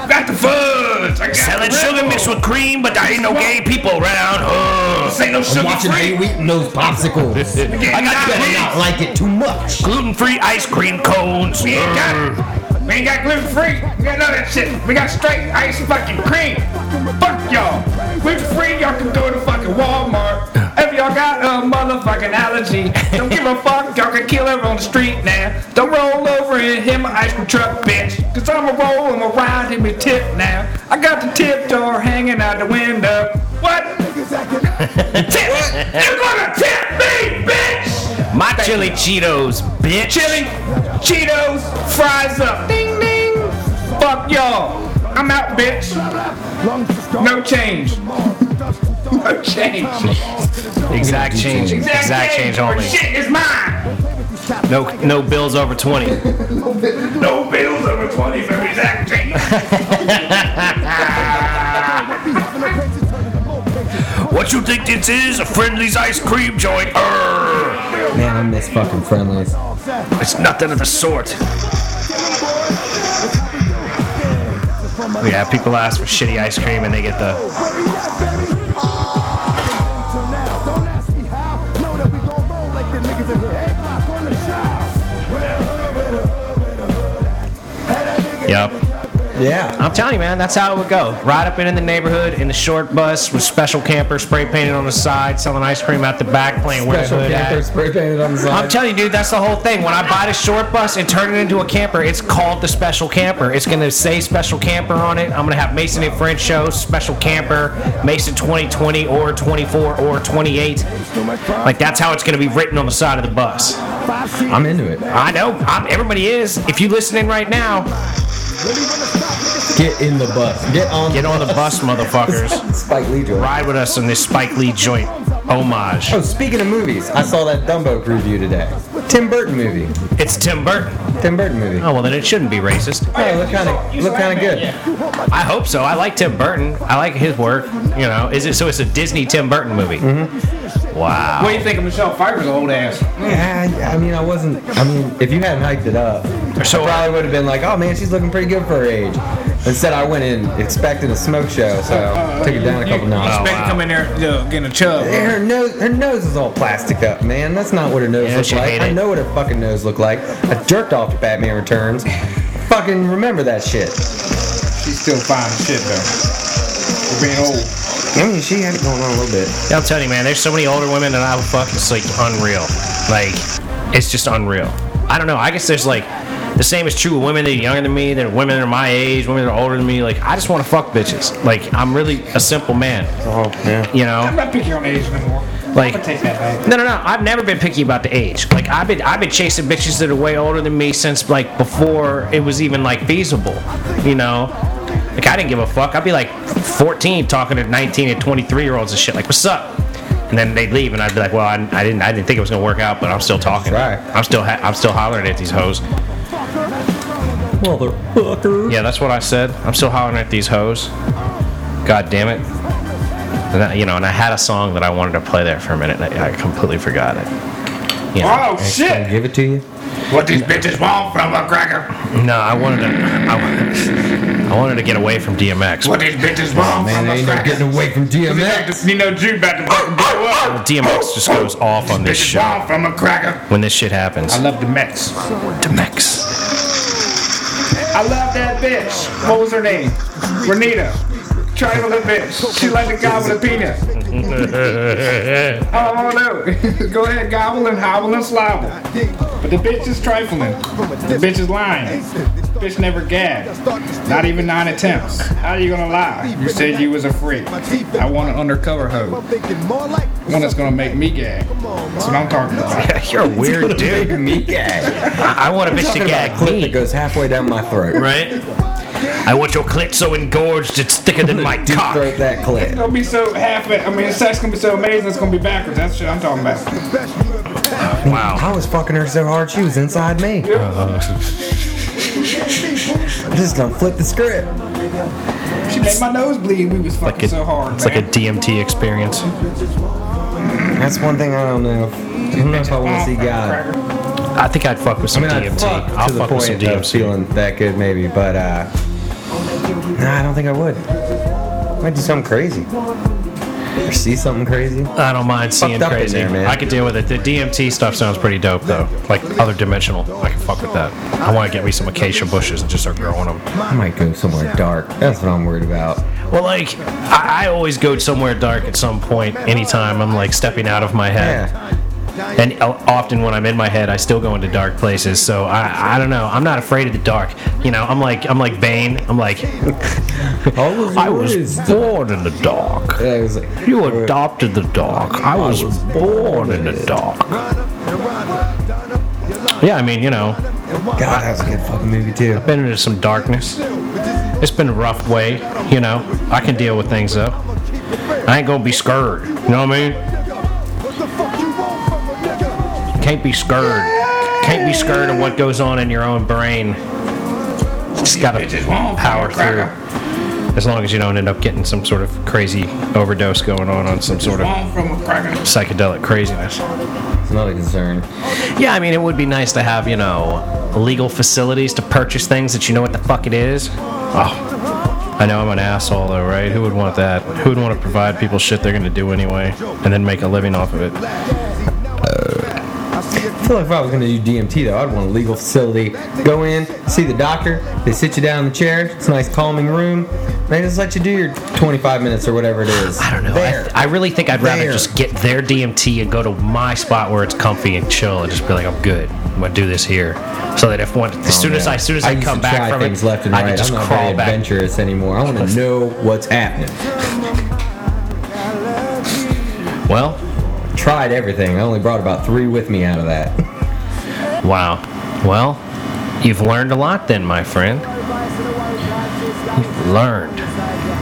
S4: Got the fudge. I got
S1: Selling
S4: the
S1: sugar mixed with cream, but there ain't no gay people around. Ugh.
S4: Ain't no sugar
S3: I'm watching
S4: free.
S3: Jay Wheaton those popsicles.
S1: I got
S3: Better not
S1: gluten,
S3: like it too much.
S1: gluten-free ice cream cones.
S4: We ain't got, we ain't got gluten free. We got none of that shit. We got straight ice fucking cream. Fuck y'all. Gluten free, y'all can go to fucking Walmart. If y'all got a motherfucking allergy, don't give a fuck. Y'all can kill her on the street now. Don't roll over and hit my ice cream truck, bitch. Cause I'ma roll and ride in my tip now. I got the tip door hanging out the window. What?
S6: niggas acting up.
S4: Tip? You gonna tip me, bitch?
S1: Mm. My chili Cheetos, bitch.
S4: chili, Cheetos, fries up. Ding ding. Fuck y'all. I'm out, bitch.
S6: Lungs to start.
S4: No change. No change.
S1: Exact change.
S4: Exact,
S1: Exact change
S4: or
S1: only.
S4: Shit is mine.
S1: No, no bills over twenty.
S4: No bills over 20 for exact change.
S1: What you think this is? A Friendly's ice cream joint? Err.
S3: Man, I miss fucking friendlies.
S1: It's nothing of the sort. Yeah, people ask for shitty ice cream and they get the. Yep.
S3: Yeah.
S1: I'm telling you, man, that's how it would go. Ride up in the neighborhood in the short bus with special camper, spray painted on the side, selling ice cream out the back, playing where the
S3: Special
S1: hood
S3: camper
S1: at.
S3: spray painted on the
S1: I'm
S3: side.
S1: telling you, dude, that's the whole thing. When I buy the short bus and turn it into a camper, it's called the special camper. It's gonna say special camper on it. I'm gonna have Mason and French show special camper, Mason 2020 or 24 or 28. Like that's how it's gonna be written on the side of the bus.
S3: I'm into it.
S1: I know. I'm, everybody is. If you listening right now,
S3: Get in the bus. Get on.
S1: get on the bus, motherfuckers.
S3: Spike Lee joint.
S1: Ride with us in this Spike Lee joint homage.
S3: Oh, speaking of movies, I saw that Dumbo preview today. Tim Burton movie.
S1: It's Tim Burton.
S3: Tim Burton movie.
S1: Oh well, then it shouldn't be racist.
S3: Hey, look kind of look kind of good.
S1: I hope so. I like Tim Burton. I like his work. You know, is it so? It's a Disney Tim Burton movie.
S3: Mm-hmm.
S1: Wow.
S4: What do you think of Michelle Pfeiffer's old ass?
S3: Yeah, I, I mean, I wasn't. I mean, if you hadn't hyped it up,
S1: So-
S3: I probably would have been like, "Oh man, she's looking pretty good for her age." Instead, I went in expecting a smoke show, so took it down a couple notches.
S4: Expect to come in there you know, getting a chub.
S3: Her nose, her nose is all plastic up, man. That's not what her nose
S1: Yeah,
S3: looks
S1: she
S3: like.
S1: hate
S3: I
S1: it.
S3: know what her fucking nose looked like. I jerked off to Batman Returns. fucking remember that shit.
S4: She's still fine as shit though. For being old.
S3: I mean, she had it going on a little bit.
S1: Yeah, I'm telling you, man, there's so many older women that I would fuck. It's like unreal. Like, it's just unreal. I don't know. I guess there's like the same is true with women that are younger than me, that are women that are my age, women that are older than me. Like, I just want to fuck bitches. Like, I'm really a simple man.
S3: Oh yeah.
S1: You know.
S4: I'm not picking on age no more.
S1: Like-
S4: I'm gonna take that back.
S1: No, no, no. I've never been picky about the age. Like I've been, I've been chasing bitches that are way older than me since like before it was even like feasible. You know, like I didn't give a fuck. I'd be like 14 talking to 19 and 23 year olds and shit. Like, what's up? And then they'd leave, and I'd be like, well, I, I didn't, I didn't think it was gonna work out, but I'm still talking.
S3: Right.
S1: I'm still, ha- I'm still hollering at these hoes.
S3: Motherfucker.
S1: Yeah, that's what I said. I'm still hollering at these hoes. God damn it. And I, you know, and I had a song that I wanted to play there for a minute, and I, I completely forgot it. You know?
S4: Oh
S3: Can I
S4: shit!
S3: give it to you?
S4: What these bitches want from a cracker?
S1: No, I wanted to. I, wa- I wanted to get away from DMX.
S4: What these bitches want
S3: Man,
S4: from
S3: there
S4: a
S3: ain't no
S4: cracker?
S3: getting away from DMX.
S4: You know Jude about to fucking blow up.
S1: DMX just goes off on this
S4: Bitches
S1: shit
S4: want from a cracker.
S1: when this shit happens.
S4: I love the Mets.
S1: DMX.
S4: I love that bitch. What was her name? Renita. Triangle bitch. She like the guy with a penis. Oh no. Go ahead, gobble and hobble and slobble. But the bitch is trifling. The bitch is lying. Bitch never gagged. Not even nine attempts. How you gonna lie? You said you was a freak. I want an undercover hoe.
S6: Thinking more like
S4: One that's gonna make me gag. That's what I'm talking about.
S1: You're a weird dude.
S3: Me gag.
S1: I, I want a bitch to
S3: Talking about a
S1: gag
S3: clip that
S1: me,
S3: goes halfway down my throat.
S1: right? I want your clit so engorged it's thicker than my
S3: Deep
S1: cock.
S3: throat that clip.
S4: It's gonna be so half. I mean, sex gonna be so amazing. It's gonna be backwards. That's what I'm talking about.
S1: Wow.
S3: I was fucking her so hard she was inside me.
S1: Uh,
S3: Just gonna flip the script.
S4: She made my nose bleed. We was fucking
S1: Like a,
S4: so hard,
S1: it's like a
S4: man.
S1: DMT experience.
S3: That's one thing I don't know. If, I don't know if I want to see God.
S1: I think I'd fuck with
S3: I
S1: some
S3: mean, I
S1: DMT.
S3: fuck
S1: I'll
S3: to the
S1: fuck with some
S3: point of
S1: DMT.
S3: feeling that good, maybe, but uh, nah, I don't think I would. I might do something crazy or see something crazy.
S1: I don't mind seeing
S3: Fucked up in
S1: crazy.
S3: there, man.
S1: I could deal with it. The DMT stuff sounds pretty dope though. Like other dimensional. I can fuck with that. I want to get me some acacia bushes and just start growing them.
S3: I might go somewhere dark. That's what I'm worried about.
S1: Well, like I, I always go somewhere dark at some point. Anytime I'm like stepping out of my head,
S3: Yeah,
S1: and o- often when I'm in my head, I still go into dark places. So I, I don't know. I'm not afraid of the dark. You know, I'm like I'm like Bane. I'm like
S3: I was.
S1: I was born in the dark.
S3: Yeah, it was like,
S1: You adopted the dark. I was born in the dark. Yeah, I mean, you know,
S3: God, that was a good fucking movie too.
S1: been into some darkness. It's been a rough way, you know. I can deal with things though. I ain't gonna be scared. You know what I mean? Can't be scared. Can't be scared of what goes on in your own brain. Just gotta power through. As long as you don't end up getting some sort of crazy overdose going on on some sort of psychedelic craziness.
S3: It's another concern.
S1: Yeah, I mean, it would be nice to have, you know, legal facilities to purchase things that you know what the fuck it is. Oh, I know I'm an asshole, though, right? Who would want that? Who would want to provide people shit they're going to do anyway and then make a living off of it?
S3: I feel like if I was gonna do DMT though, I'd want a legal facility. Go in, see the doctor. They sit you down in the chair. It's a nice calming room. They just let you do your 25 minutes or whatever it is.
S1: I don't know. I,
S3: There.
S1: th- I really think I'd rather
S3: There.
S1: just get their DMT and go to my spot where it's comfy and chill and just be like, I'm good. I'm going to do this here. So that if one, as soon as
S3: Oh, Yeah.
S1: I, as soon as I,
S3: used
S1: come
S3: to
S1: back
S3: try
S1: from
S3: things
S1: it,
S3: left and
S1: I
S3: right.
S1: can just
S3: I'm not
S1: crawl
S3: very
S1: back.
S3: adventurous anymore. I want to know what's happening.
S1: Well,
S3: Tried everything. I only brought about three with me out of that.
S1: Wow. Well, you've learned a lot then, my friend. You've learned.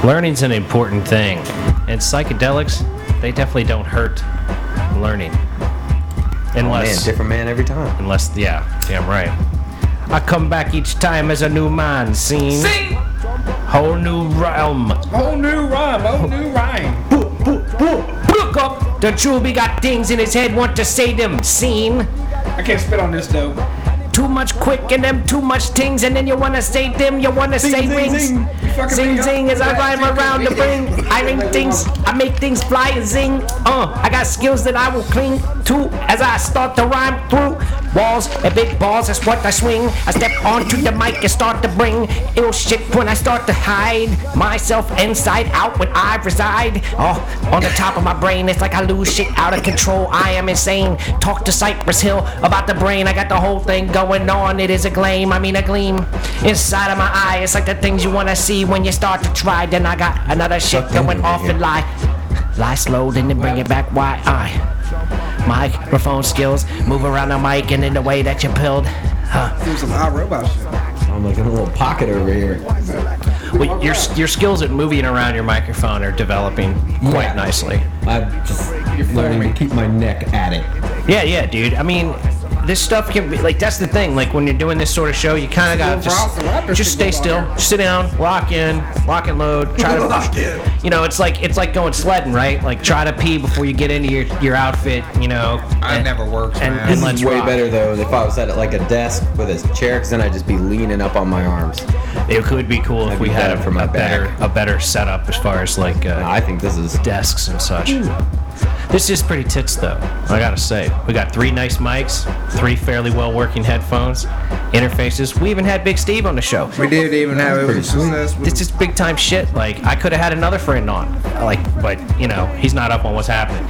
S1: Learning's an important thing. And psychedelics, they definitely don't hurt learning.
S3: Oh, Man,
S1: Unless,
S3: different man every time.
S1: unless, yeah, damn right. I come back each time as a new man, seen.
S4: Sing!
S1: Whole new realm.
S4: Whole new rhyme, whole new rhyme.
S1: Look up! The Chubby got things in his head, want to say them, seen.
S4: I can't spit on this though.
S1: Too much quick and them too much things, and then you wanna say them, you wanna say
S4: zing,
S1: rings.
S4: zing. You fucking
S1: Zing
S4: ring
S1: zing
S4: up.
S1: as I
S4: Yeah,
S1: rhyme
S4: zing,
S1: around the
S4: zing.
S1: ring. I ring things, I make things fly and zing. Uh, I got skills that I will cling to as I start to rhyme through. Walls and big balls, that's what I swing. I step onto the mic and start to bring ill shit when I start to hide myself inside out when I reside. Oh, on the top of my brain, it's like I lose shit out of control. I am insane. Talk to Cypress Hill about the brain. I got the whole thing going on. It is a gleam, I mean a gleam inside of my eye. It's like the things you wanna see when you start to try. Then I got another shit going off and lie. Lie slow, then they bring it back. Why I? Microphone skills, move around the mic and in the way that you build. Huh.
S4: Do some iRobot shit.
S3: I'm like in a little pocket over here.
S1: Well, your, your skills at moving around your microphone are developing quite
S3: Yeah.
S1: nicely.
S3: I'm just learning to keep my neck at it.
S1: Yeah, yeah, dude. I mean, this stuff can be like that's the thing. Like when you're doing this sort of show, you kind of gotta
S4: Rock- the
S1: just
S4: rappers
S1: just
S4: should
S1: stay
S4: go
S1: still,
S4: longer.
S1: sit down, lock in, lock and load. Try to You know, it's like it's like going sledding, right? Like try to pee before you get into your your outfit. You know.
S4: I
S1: and-
S4: never works,
S1: and-
S4: man.
S1: and like-
S3: It's
S1: Let's
S3: way
S1: rock.
S3: better though if I was at like a desk with a chair, because then I'd just be leaning up on my arms.
S1: It could be cool if
S3: That'd
S1: we
S3: be
S1: had
S3: better
S1: a,
S3: for my
S1: a better
S3: back.
S1: a better setup as far as like uh,
S3: I think this is
S1: desks and such. This is pretty tits though. I gotta say, we got three nice mics, three fairly well working headphones, interfaces. We even had Big Steve on the show.
S4: we did even have it. was success with-
S1: This is big time shit. Like I could have had another friend on, like, but you know he's not up on what's happening.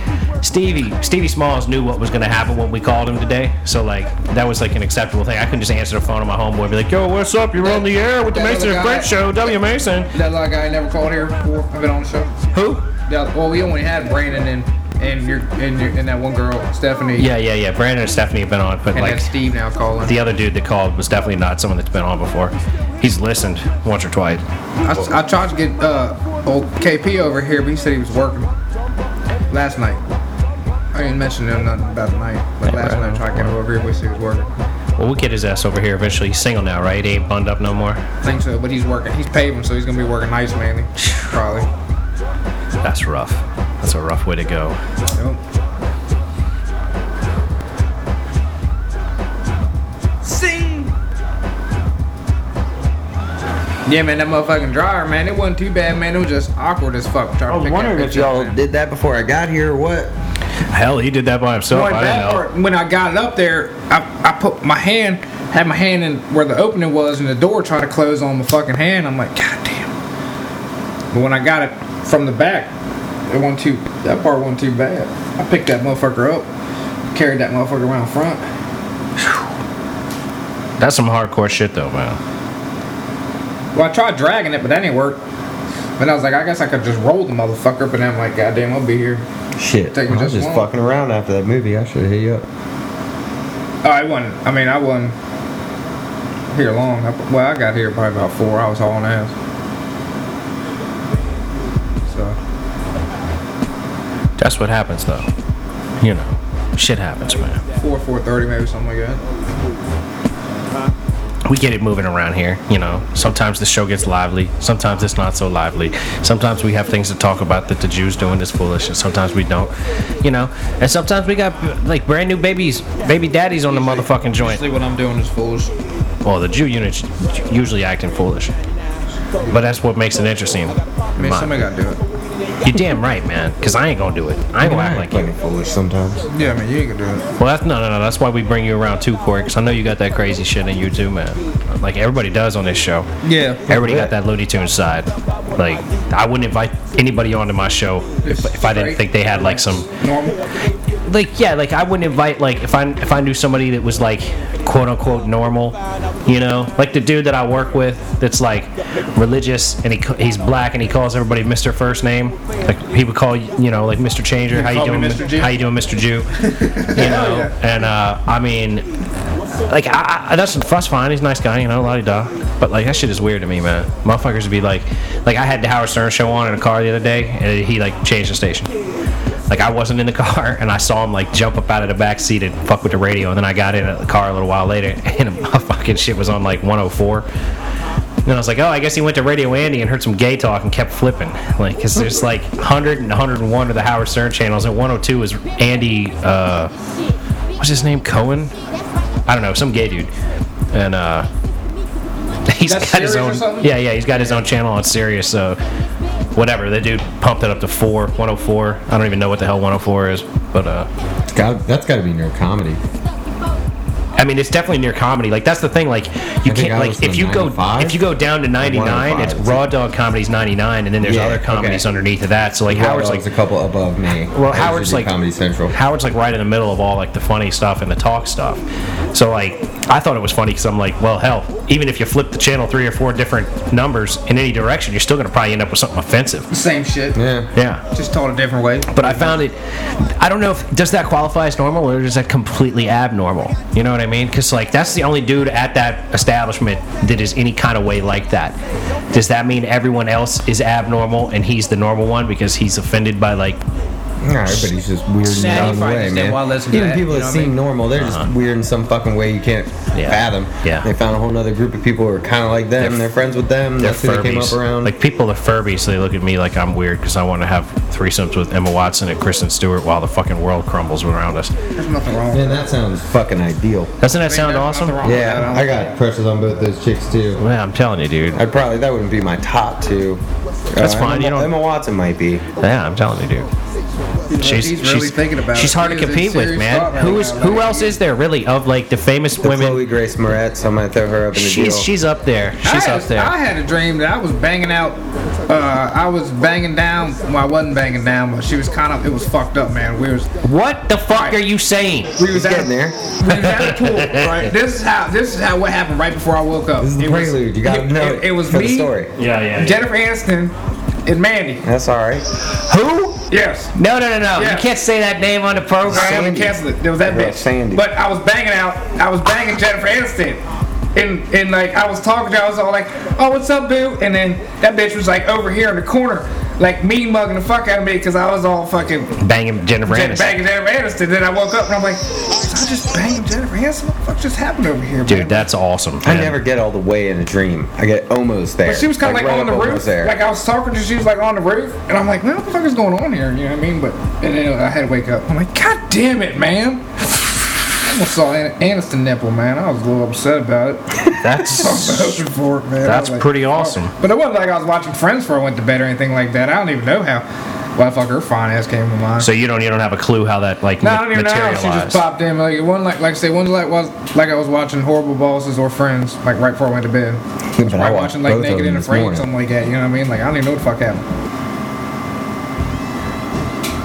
S1: Stevie Stevie Smalls knew what was gonna happen when we called him today, so like that was like an acceptable thing. I couldn't just answer the phone on my homeboy and be like, "Yo, what's up? You're on the air with the
S4: That other
S1: Mason and
S4: guy-
S1: French show, W Mason."
S4: That other guy never called here before. I've been on the show.
S1: Who?
S4: Yeah, well, we only had Brandon and and your and your and that one girl, Stephanie.
S1: Yeah, yeah, yeah. Brandon and Stephanie have been on, but
S4: And
S1: like
S4: then Steve now calling.
S1: The other dude that called was definitely not someone that's been on before. He's listened once or twice.
S4: I, I tried to get uh, old KP over here, but he said he was working last night. I
S7: I ain't mentioned him nothing about tonight, but last night I tried to get him over here, wish he was working.
S1: Well, we'll get his ass over here eventually. He's single now, right? He ain't bunned up no more.
S7: I think so, but he's working. He's paving, so he's gonna be working nights mainly, probably.
S1: That's rough. That's a rough way to go.
S7: Nope. Sing. Yeah, man, that motherfucking dryer, man, it wasn't too bad, man. It was just awkward as fuck.
S3: I was wondering if y'all did that before I got here or what.
S1: Hell, he did that by himself.
S7: Going
S1: Oh, I
S7: back,
S1: didn't know.
S7: or when I got it up there, I, I put my hand, had my hand in where the opening was, and the door tried to close on my fucking hand. I'm like, God damn. But when I got it from the back, it wasn't too, that part wasn't too bad. I picked that motherfucker up, carried that motherfucker around front.
S1: That's some hardcore shit, though, man.
S7: Well, I tried dragging it, but that didn't work. Then I was like, I guess I could just roll the motherfucker, but then I'm like, God damn, I'll be here.
S3: Shit.
S7: Take
S3: I
S7: me
S3: was
S7: just
S3: just
S7: one.
S3: fucking around after that movie. I should have hit you up.
S7: Oh, I wasn't, I mean, I wasn't here long. I, well, I got here probably about four. I was hauling ass. So.
S1: That's what happens, though. You know, shit happens, man.
S7: four four thirty maybe something like that.
S1: We get it moving around here. You know, sometimes the show gets lively. Sometimes it's not so lively. Sometimes we have things to talk about that the Jews doing is foolish, and sometimes we don't. You know, and sometimes we got like brand new babies, baby daddies on the motherfucking joint.
S7: See what I'm doing is foolish.
S1: Well, the Jew unit's usually acting foolish, but that's what makes it interesting.
S7: I mean, somebody gotta do it.
S1: You're damn right, man. Cause I ain't gonna do it. I ain't gonna act like you.
S3: fucking foolish sometimes.
S7: Yeah, I mean, you ain't gonna do it.
S1: Well, that's no, no, no. That's why we bring you around too, Corey. Cause I know you got that crazy shit in you too, man. Like everybody does on this show.
S7: Yeah.
S1: Everybody got that Looney Tunes side. Like I wouldn't invite anybody onto my show if, if I didn't think they had like some
S7: Normal.
S1: like yeah, like I wouldn't invite like if I if I knew somebody that was like quote unquote normal, you know, like the dude that I work with that's like religious and he ca- he's black and he calls everybody Mr. First Name. Like he would call you you know like Mr. Changer, how you
S7: call
S1: doing,
S7: me
S1: mi-
S7: Mr. Jew?
S1: how you doing, Mr. Jew, you know, and uh, I mean. Like I, I, that's that's fine. He's a nice guy, you know, la di da. But like that shit is weird to me, man. Motherfuckers would be like, like I had the Howard Stern show on in a car the other day, and he like changed the station. Like I wasn't in the car, and I saw him like jump up out of the back seat and fuck with the radio. And then I got in the car a little while later, and my fucking shit was on like 104. And I was like, oh, I guess he went to Radio Andy and heard some gay talk and kept flipping. Like, because there's like 100 and 101 of the Howard Stern channels, and 102 is Andy, uh, what's his name? Cohen? I don't know, some gay dude. And, uh, he's
S7: That's
S1: got his
S7: Sirius or
S1: own.
S7: something?
S1: Yeah, yeah, he's got his own channel on Sirius, so whatever. The dude pumped it up to 4, 104. I don't even know what the hell 104 is, but, uh,
S3: It's got, that's got to be near comedy.
S1: I mean, it's definitely near comedy. Like that's the thing. Like you
S3: I think
S1: can't
S3: I
S1: like
S3: listen
S1: if
S3: to
S1: you go
S3: 95,
S1: if you go down to ninety nine, it's
S3: 105.
S1: Raw Dog Comedy's ninety nine, and then there's
S3: Yeah,
S1: other comedies
S3: okay.
S1: underneath of that. So like
S3: Raw
S1: Howard's
S3: Dog's
S1: like
S3: a couple above me.
S1: well,
S3: Those
S1: Howard's
S3: would be
S1: like
S3: Comedy Central.
S1: Howard's like right in the middle of all like the funny stuff and the talk stuff. So like I thought it was funny because I'm like, well, hell, even if you flip the channel three or four different numbers in any direction, you're still gonna probably end up with something offensive.
S7: Same shit.
S3: yeah.
S1: Yeah.
S7: Just told a different way.
S1: But I found it. I don't know if does that qualify as normal or is that completely abnormal. You know what I mean? Because like that's the only dude at that establishment that is any kind of way like that. Does that mean everyone else is abnormal and he's the normal one because he's offended by like
S3: Nah, everybody's just weird in
S7: Yeah,
S3: their
S7: you
S3: own
S7: probably
S3: way,
S7: understand
S3: man.
S7: why I listen to
S3: Even
S7: that,
S3: people
S7: you
S3: that
S7: know what I
S3: seem
S7: mean?
S3: normal, they're just weird in some fucking way you can't
S1: Yeah.
S3: fathom.
S1: Yeah.
S3: They found a whole other group of people who are kind of like them. They're, friends with them.
S1: they're
S3: That's who they came up
S1: Furbies?
S3: around.
S1: Like people are Furbies, so they look at me like I'm weird because I want to have threesomes with Emma Watson and Kristen Stewart while the fucking world crumbles around us.
S7: There's nothing wrong.
S3: man, that sounds fucking ideal.
S1: Doesn't that sound
S7: there's
S1: awesome?
S7: nothing wrong.
S3: Yeah, I got crushes on both those chicks too.
S1: Yeah, I'm telling you, dude.
S3: I'd probably that wouldn't be my top two.
S1: That's
S3: Uh,
S1: fine,
S3: Emma,
S1: you don't-
S3: Emma Watson might be.
S1: Yeah, I'm telling you, dude. She's,
S7: he's really
S1: she's-
S7: thinking about
S1: she's
S7: it.
S1: hard
S7: He
S1: to
S7: is a
S1: compete with,
S7: serious
S1: man.
S7: thought right
S1: Who is
S7: now.
S1: who
S7: Like,
S1: else is there really of like the famous
S3: The
S1: women?
S3: Chloe Grace Moretz. I might throw her up in the deal.
S1: She's she's up there.
S7: I
S1: She's
S7: had,
S1: up there.
S7: I had a dream that I was banging out. Uh, I was banging down. Well, I wasn't banging down, but she was kind of. It was fucked up, man. We was
S1: what the fuck are you saying?
S7: we was
S3: getting there.
S7: We was at a pool. Right. This is how. This is how. What happened right before I woke up.
S3: This is the
S7: It was-
S3: prelude. You gotta
S7: it-
S3: know
S7: It, it was
S3: for
S7: me,
S3: the story.
S1: Yeah, yeah.
S7: Jennifer Aniston, and Mandy.
S3: That's all right.
S1: Who?
S7: Yes.
S1: No, no, no, no.
S7: Yeah.
S1: You can't say that name on the program.
S7: I haven't canceled it. There was that
S3: Girl,
S7: bitch.
S3: Sandy.
S7: But I was banging out. I was banging Jennifer Aniston. And, and like I was talking to her, I was all like, "Oh, what's up, boo?" And then that bitch was like over here in the corner.
S4: like me mugging the fuck out of me because I was all fucking
S1: Banging Jennifer
S4: just
S1: Aniston.
S4: banging Jennifer Aniston. Then I woke up and I'm like, I just banged Jennifer Aniston. What the fuck just happened over here,
S1: Dude, that's awesome.
S3: I
S1: man.
S3: never get all the way in a dream. I get almost there.
S4: But she was kind of like,
S3: right
S4: on the
S3: up
S4: roof.
S3: almost There.
S4: Like I was talking to, her, she was like on the roof, and I'm like, man, what the fuck is going on here? You know what I mean? But and then I had to wake up. I'm like, god damn it, man. I almost saw An- Aniston nipple, man. I was a little upset about it. I was
S1: That's
S4: hoping for it, man. I
S1: That's
S4: was like,
S1: pretty
S4: fuck.
S1: awesome.
S4: But it wasn't like I was watching Friends before I went to bed or anything like that. I don't even know how. Well, fuck her fine ass came to mind.
S1: so you don't you don't have a clue how that like
S4: no, I don't even know how
S1: materialized.
S4: she just popped in. Like it wasn't like like I say, one like was like I was watching Horrible Bosses or Friends, like right before I went to bed.
S3: Yeah, but I
S4: Right
S3: watched
S4: watching like
S3: both of
S4: Naked
S3: them
S4: and
S3: this
S4: Afraid,
S3: morning.
S4: something like that. You know what I mean? Like I don't even know what the fuck happened.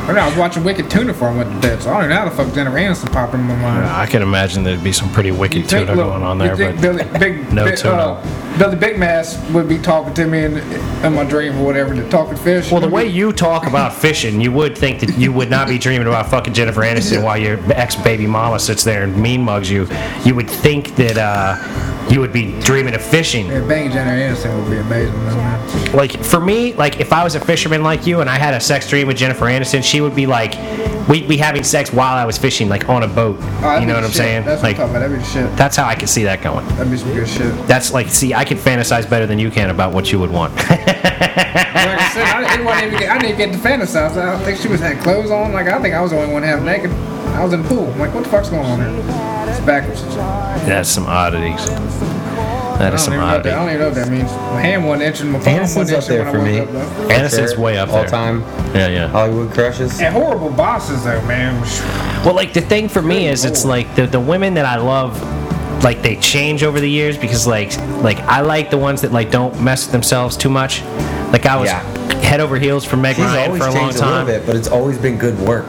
S4: Right now, I was watching Wicked Tuna before I went to bed, so I don't even know how the fuck Jennifer Aniston popped in my mind.
S1: I can imagine there'd be some pretty wicked
S4: think-
S1: tuna
S4: look,
S1: going on
S4: you
S1: there,
S4: think
S1: but
S4: Billy, big,
S1: no
S4: big,
S1: tuna.
S4: Uh, Billy Big Mass would be talking to me in, in my dream or whatever, the talking fish.
S1: well, the way you talk about fishing, you would think that you would not be dreaming about fucking Jennifer Aniston while your ex baby mama sits there and mean mugs you. You would think that uh, you would be dreaming of fishing.
S4: yeah, banging Jennifer Aniston would be amazing. though, man. Oh,
S1: Like for me, like if I was a fisherman like you and I had a sex dream with Jennifer Aniston, she would be like, we'd be having sex while I was fishing, like on a boat.
S4: Oh, that'd
S1: you
S4: be
S1: know what I'm
S4: shit.
S1: saying?
S4: That's
S1: like
S4: what I'm talking about. That'd be shit.
S1: that's how I could see that going.
S4: That'd be some good shit.
S1: That's like, see, I can fantasize better than you can about what you would want.
S4: Like I said, I, it wasn't even get, I didn't even get to fantasize. I don't think she was had clothes on. Like I think I was the only one half naked. I was in the pool. I'm like, what the fuck's going on here? It's backwards. I
S1: That's some oddities. That
S4: don't,
S1: is some
S4: even know what that, I don't
S1: oddity.
S4: even know what that means. My hand wasn't itching. My palm
S3: Anderson's
S4: wasn't
S3: up
S4: itching
S3: there
S4: when
S3: for
S4: I
S3: me.
S4: woke up. Though.
S1: Anderson's way up
S3: all
S1: there.
S3: time.
S1: Yeah, yeah.
S3: Hollywood crushes.
S4: And horrible bosses though, man.
S1: Well, like the thing for me
S4: Good
S1: is, it's
S4: lord.
S1: like the the women that I love, like they change over the years because like like I like the ones that like don't mess with themselves too much. Like I was
S3: Yeah.
S1: head over heels for Meg
S3: She's
S1: Ryan
S3: always
S1: for a long
S3: changed a little
S1: time.
S3: bit, but it's always been good work.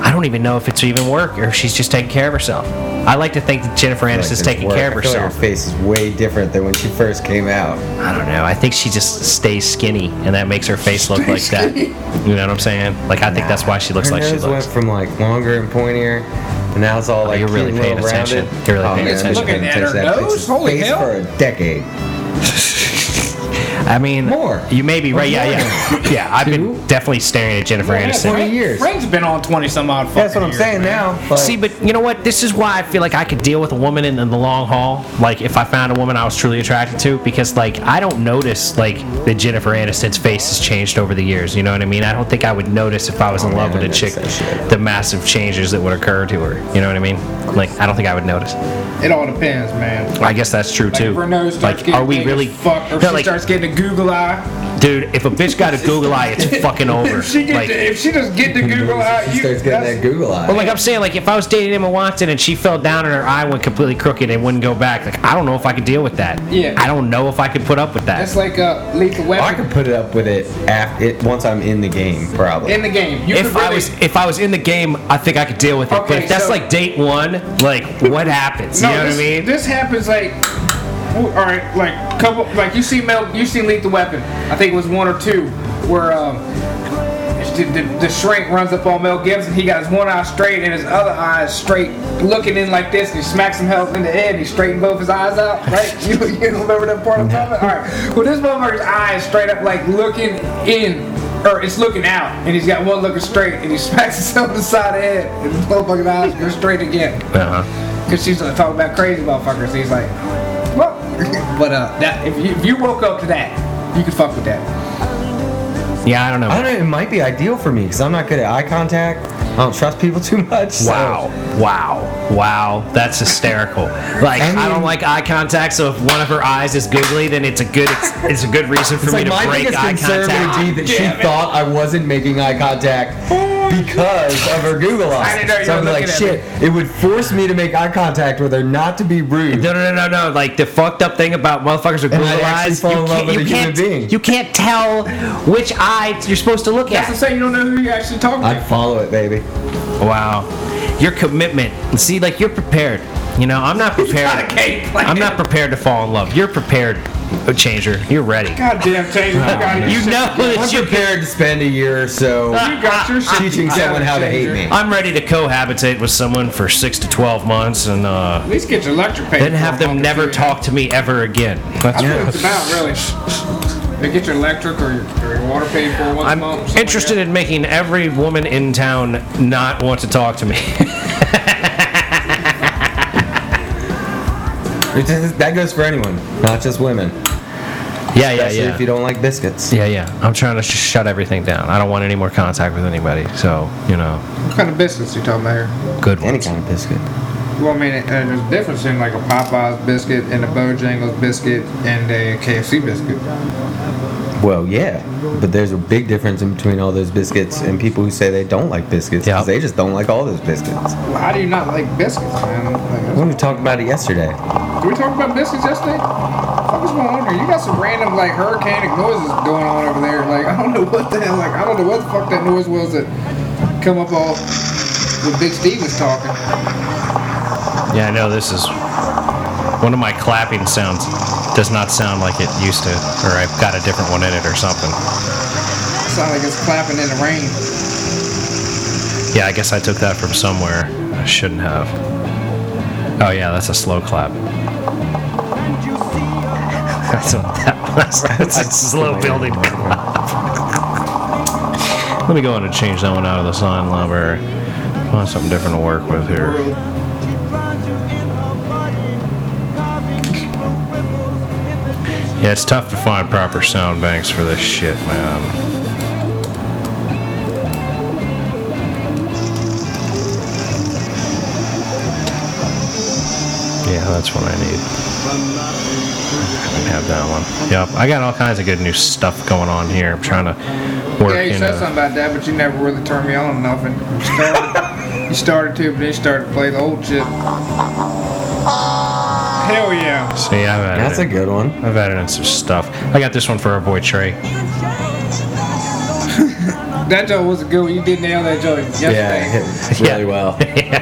S1: I don't even know if it's even work or if she's just taking care of herself. I like to think that Jennifer
S3: Like,
S1: Aniston's
S3: it's
S1: taking
S3: work.
S1: care of
S3: I feel like
S1: herself.
S3: her face is way different than when she first came out.
S1: I don't know. I think she just stays skinny, and that makes her face look like that. You know what I'm saying? Like I think that's why she looks
S3: her
S1: like
S3: nose
S1: she looks. Oh,
S3: went from like longer and pointier, and now it's all like
S1: you're really
S3: cute and
S1: paying
S3: little
S1: attention.
S3: rounded.
S1: You're really paying
S3: Oh, man,
S1: attention.
S3: I've been
S4: Looking at
S3: paying
S4: her
S3: attention to
S4: nose?
S3: that
S4: Holy
S3: face
S4: hell.
S3: for a decade.
S1: I mean,
S3: More.
S1: You may be right. Yeah, yeah, yeah. I've
S3: Two.
S1: been definitely staring at Jennifer Aniston.
S3: Twenty years.
S4: Friends been on twenty some odd.
S3: That's
S4: fucking
S3: what I'm
S4: years,
S3: saying
S4: man.
S3: now. But
S1: See, but you know what? This is why I feel like I could deal with a woman in, in the long haul. Like, if I found a woman I was truly attracted to, because like I don't notice like that Jennifer Aniston's face has changed over the years. You know what I mean? I don't think I would notice if I was in
S3: Oh,
S1: love
S3: man,
S1: with a
S3: I
S1: chick
S3: notice that shit.
S1: the massive changes that would occur to her. You know what I mean? Like, I don't think I would notice.
S4: It all depends, man.
S1: I guess that's true
S4: Like,
S1: too.
S4: if her nose starts
S1: Like,
S4: getting
S1: are we
S4: big
S1: really?
S4: as fuck, or
S1: No,
S4: she
S1: like,
S4: starts getting a Google eye.
S1: dude, if a bitch got a Google eye, it's fucking over.
S4: If she get
S1: Like,
S4: the, if she just get the Google eye,
S3: she
S4: you
S3: starts getting that
S4: that's-
S3: Google eye.
S1: Well, like I'm saying, like if I was dating Emma Watson and she fell down and her eye went completely crooked and wouldn't go back, like I don't know if I could deal with that.
S4: Yeah.
S1: I don't know if I could put up with that.
S4: That's like a lethal
S3: I
S4: weapon
S3: could put it up with it, af- it once I'm in the game, probably.
S4: in the game. You
S1: if
S4: could really,
S1: I was if I was in the game, I think I could deal with it. but
S4: Okay,
S1: if that's
S4: so-
S1: like date one, like what happens?
S4: No,
S1: you know
S4: this,
S1: what I mean?
S4: This happens like, all right, like couple, like you see Mel, you seen Lethal Weapon. I think it was one or two where um, the, the, the shrink runs up on Mel Gibson. He got his one eye straight and his other eye is straight, looking in like this. And he smacks him hell in the head. And he straightened both his eyes out, right? You, you remember that part I'm talking about? All right. Well, this motherfucker's eye is straight up, like looking in. Or it's looking out, and he's got one looking straight, and he smacks himself in the side of the head, and his motherfucking eyes go straight again.
S1: uh-huh.
S4: Cause she's like, talking about crazy motherfuckers. He's like, well, but uh, that if you, if you woke up to that, you could fuck with that.
S1: Yeah, I don't know.
S3: I don't know. It might be ideal for me because I'm not good at eye contact. I don't trust people too much. so-
S1: Wow, wow, wow, that's hysterical. Like I,
S3: I mean-
S1: don't like eye contact, so if one of her eyes is googly, then it's a good it's, it's a good reason for
S3: It's
S1: me
S3: like my
S1: to break
S3: biggest
S1: eye
S3: concern
S1: contact.
S3: would be that she thought I wasn't making eye contact because of her Google eyes.
S4: didn't know you
S3: so
S4: were
S3: I'd be like,
S4: looking at
S3: shit, it would force me to make eye contact with her, not to be rude.
S1: No, no, no, no, no. Like the fucked up thing about motherfuckers with
S3: And
S1: Google
S3: I actually
S1: eyes,
S3: fall in
S1: you
S3: love
S1: can't,
S3: with
S1: you
S3: a human
S1: can't,
S3: being.
S1: you can't tell which eye you're supposed to look
S4: That's the
S1: at.
S4: saying. You don't know who you actually talking
S3: I'd
S4: to.
S3: follow it, baby.
S1: Wow, your commitment. And see, like you're prepared. You know, I'm not
S4: got
S1: prepared.
S4: a cake, like-
S1: I'm not prepared to fall in love. You're prepared, a changer. You're ready.
S4: Goddamn, change. you got your
S1: You
S4: shit.
S1: know
S3: I'm
S1: that you.
S3: prepared to spend a year or so
S1: Ah.
S4: You got your shit.
S3: teaching
S4: together,
S3: someone how to hate
S4: Ah.
S3: me.
S4: changer.
S1: I'm ready to cohabitate with someone for six to twelve months, and uh,
S4: At least get your lecture paper.
S1: then have them never talk to me ever again. That's
S4: That's what it's about, really. They get your electric or your, or your water paid for once a
S1: I'm
S4: month. something like
S1: interested
S4: that.
S1: in making every woman in town not want to talk to me.
S3: It's just- that goes for anyone, not just women.
S1: yeah, yeah,
S3: Especially if
S1: yeah.
S3: you don't like biscuits.
S1: Yeah, yeah. I'm trying to sh- shut everything down. I don't want any more contact with anybody. So, you know,
S4: What kind of biscuits you talking about here?
S1: good
S3: Any
S1: ones.
S3: kind of biscuit.
S4: Well, I mean, and there's a difference in like a Popeyes biscuit and a Bojangles biscuit and a KFC biscuit.
S3: Well, yeah, but there's a big difference in between all those biscuits and people who say they don't like biscuits 'cause
S1: Yeah.
S3: they just don't like all those biscuits.
S4: Well, how do you not like biscuits, man? Like,
S3: When we talked about it yesterday,
S4: did we talk about biscuits yesterday? I was going wondering. You got some random like hurricanic noises going on over there. Like I don't know what the hell. Like I don't know what the fuck that noise was that come up off when Big Steve was talking.
S1: Yeah, I know this is one of my clapping sounds does not sound like it used to, or I've got a different one in it or something.
S4: It sounded like it's clapping in the rain.
S1: Yeah, I guess I took that from somewhere. I shouldn't have. Oh yeah, that's a slow clap. That's what that was. That's a slow building clap. Let me go in and change that one out of the sign library. I want something different to work with here. Yeah, it's tough to find proper sound banks for this shit, man. Yeah, that's what I need. I have that one. Yep, I got all kinds of good new stuff going on here. I'm trying to work
S4: Yeah, you
S1: in
S4: said
S1: a-
S4: something about that, but you never really turned me on enough. And you started, you started to, but then you started to play the old shit. Hell yeah.
S1: See, I've added
S3: that's a
S1: in-
S3: good one.
S1: I've added in some stuff. I got this one for our boy Trey.
S4: That joke was good. You did nail that joke yesterday.
S3: Yeah, it hit really
S1: Yeah.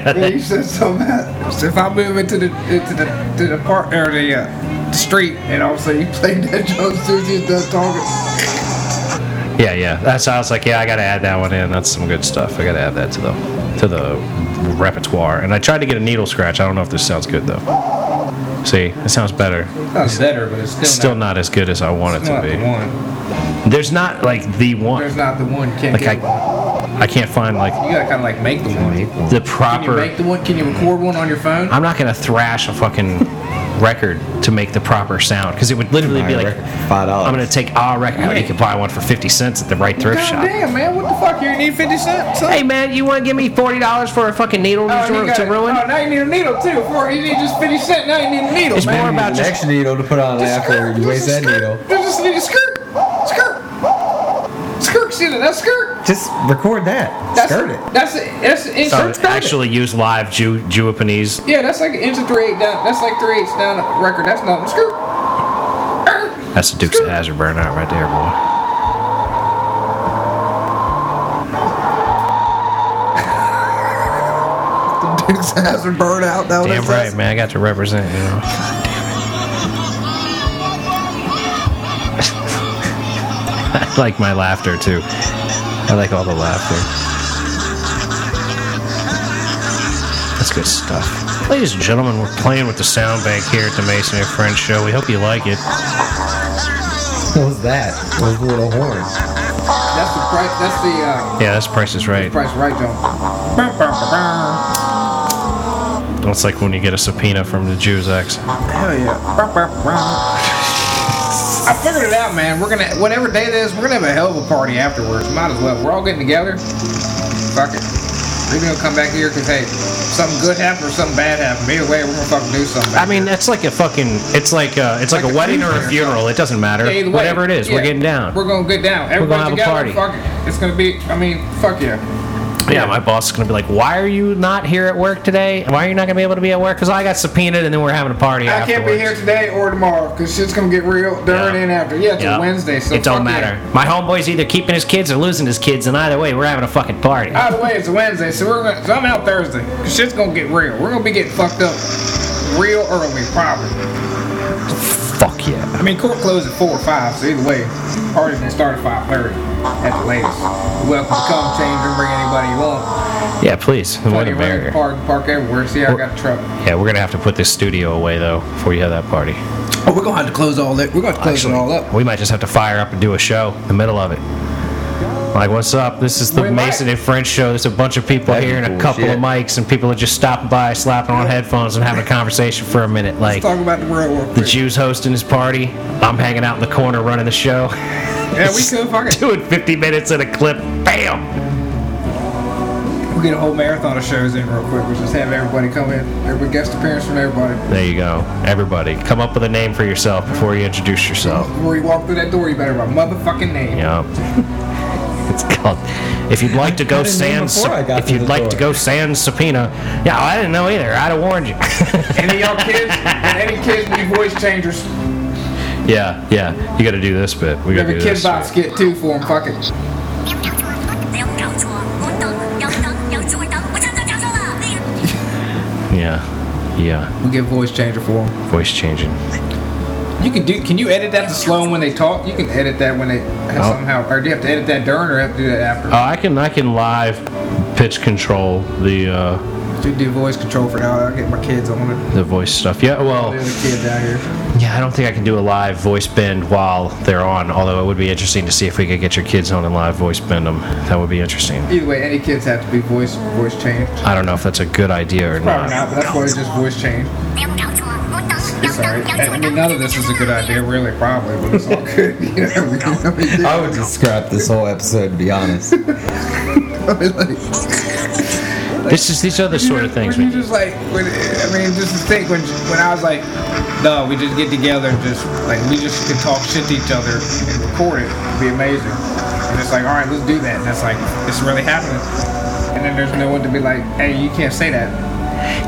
S3: well.
S4: Yeah, you said so bad. So if I move into the into the to the park or the, uh, the street, and all of a sudden you played that joke as soon as you done talking.
S1: Yeah, yeah. That's I was like, yeah, I gotta add that one in. That's some good stuff. I gotta add that to the to the repertoire. And I tried to get a needle scratch. I don't know if this sounds good though. See, it sounds better.
S4: Not better, but it's still,
S1: Still
S4: not,
S1: not as good as I want it
S4: it's not the
S1: to
S4: one.
S1: be. There's not like the
S4: There's
S1: one.
S4: not the one. You can't
S1: Like
S4: get
S1: I,
S4: one.
S1: I can't find like
S4: You gotta kind of like make the one.
S1: the
S4: Can you
S1: proper.
S4: make the one? Can you record one on your phone?
S1: I'm not gonna thrash a fucking record to make the proper sound because it would literally be
S3: Buy a
S1: like
S3: record for five dollars.
S1: I'm gonna take our record. You can buy one for fifty cents at the right thrift
S4: God
S1: shop.
S4: damn, man, what the fuck? You need fifty cents?
S1: Hey man, you want to give me forty dollars for a fucking needle
S4: Oh,
S1: to,
S4: and you
S1: ru- to
S4: gotta-
S1: ruin?
S4: Oh, now you need a needle too. For you need just fifty cent. Now you need a needle,
S1: It's
S4: man.
S1: more
S3: Maybe
S1: about
S3: the
S1: just-
S3: next needle to put on after you waste that needle.
S4: You just need a skirt. Skirt. Skirt. See that? That's skirt.
S3: Just record that.
S4: That's,
S3: Skirt it.
S4: That's it. That's an inch.
S1: So
S4: That's
S1: to actually use live Ju- Japanese.
S4: Yeah, that's like an inch of three eight down. That's like three eighths down a record. That's not skirt. Er.
S1: That's the Dukes of Hazard burnout right there, boy.
S4: Dude's ass would burn out. That
S1: Damn right, man. I got to represent. You know. I like my laughter too. I like all the laughter. That's good stuff. Ladies and gentlemen, we're playing with the sound bank here at the Mason and Friends show. We hope you like it.
S3: What was that? What was the little horn?
S4: That's the price. That's the uh,
S1: Yeah, that's Price is Right.
S4: price right, John. Bum, bum, bum, bum.
S1: That's like when you get a subpoena from the Jews ex.
S4: Hell yeah. Bum, bum, bum. I figured it out, man. We're gonna whatever day it is, we're gonna have a hell of a party afterwards. Might as well. We're all getting together. Fuck it. We're gonna come back here because hey, something good happened or something bad happened. Either way, we're gonna fucking do something.
S1: I mean, that's like a fucking. It's like a, it's like,
S4: Like
S1: a,
S4: a
S1: wedding or
S4: funeral
S1: a
S4: or
S1: funeral. It doesn't matter.
S4: Either way,
S1: Whatever it is, we're
S4: yeah.
S1: getting down.
S4: We're gonna get down. Everybody
S1: gonna have a party.
S4: together, Fuck it. It's gonna be. I mean, fuck yeah.
S1: yeah, my boss is gonna be like, "Why are you not here at work today? Why are you not gonna be able to be at work? Because I got subpoenaed, and then we're having a party
S4: I can't be here
S1: afterwards."
S4: today or tomorrow because shit's gonna get real during
S1: Yeah.
S4: and after. Yeah, it's
S1: Yeah.
S4: a Wednesday, so
S1: it don't
S4: fuck
S1: matter. My homeboy's either keeping his kids or losing his kids, and either way, we're having a fucking party.
S4: Yeah. Either way, it's a Wednesday, so we're gonna. So I'm out Thursday. 'cause shit's gonna get real. We're gonna be getting fucked up real early, probably.
S1: Fuck yeah.
S4: I mean, court closes at four or five, so either way, party's gonna start at five thirty at the latest. Welcome to come, change room, bring anybody you want.
S1: Yeah, please. What
S4: Party
S1: a
S4: around,
S1: barrier.
S4: Park, park everywhere. See, I got a truck.
S1: Yeah, we're gonna have to put this studio away though before you have that party.
S4: Oh, we're gonna have to close all that. We're gonna have to close it all up.
S1: We might just have to fire up and do a show in the middle of it. Like, what's up? This is the
S4: We might.
S1: Mason and French show. There's a bunch of people
S3: That'd be
S1: here and
S3: cool
S1: a couple
S3: shit.
S1: of mics, and people are just stopping by, slapping on headphones, and having a conversation for a minute. Like,
S4: Let's talk about the World War
S1: the
S4: III.
S1: Jew's hosting his party. I'm hanging out in the corner running the show.
S4: Yeah, we could fuck it.
S1: Doing 50 minutes in a clip. Bam!
S4: We'll get a whole marathon of shows in real quick. We'll just have everybody come in. Everybody guest appearance from everybody.
S1: There you go. Everybody, come up with a name for yourself before you introduce yourself.
S4: Before you walk through that door, you better have a motherfucking name.
S1: Yeah. It's called. If you'd like to go
S3: didn't name
S1: sans,
S3: before I got
S1: if
S3: to
S1: you'd
S3: the
S1: like to
S3: door.
S1: go sans subpoena, yeah, I didn't know either. I'd have warned you.
S4: Any of y'all kids, any kids need voice changers.
S1: yeah, yeah. You got to do this bit. We
S4: We
S1: got
S4: have
S1: to
S4: a
S1: do
S4: kid
S1: this.
S4: box
S1: Bit.
S4: skit too for him. Fuck it.
S8: 两条船，两条船，我等，两等，两只尾灯，我站在船上了。那个
S1: Yeah, yeah.
S4: We'll get voice changer for him.
S1: Voice changing. Oh,
S4: You can do. Can you edit that to slow when they talk? You can edit that when they have
S1: Oh.
S4: somehow, or do you have to edit that during, or have to do that after?
S1: Uh, I can I can live pitch control the uh,
S4: Should do voice control for now. I'll get my kids on it.
S1: the voice stuff. Yeah, well,
S4: The other kids out here.
S1: yeah. I don't think I can do a live voice bend while they're on. Although it would be interesting to see if we could get your kids on and live voice bend them. That would be interesting.
S4: Either way, any kids have to be voice voice changed.
S1: I don't know if that's a good idea or
S4: Probably not, but that's why it's just voice changed.
S8: 两条船，我等，两等，
S4: Sorry.
S8: 两只
S4: I
S8: 尾
S4: mean,
S8: 灯。
S4: none of this is a good idea, really, probably, but it's all good. You know, we can- I mean,
S3: I would just scrap this whole episode, to be honest.
S4: like,
S1: This is these other sort of things.
S4: When
S1: we
S4: you just like, when, I mean, just to think when when I was like, no, we just get together and just like we just can talk shit to each other and record it. It'd be amazing. And it's like, all right, let's do that. And it's like, it's really happening. And then there's no one to be like, hey, you can't say that.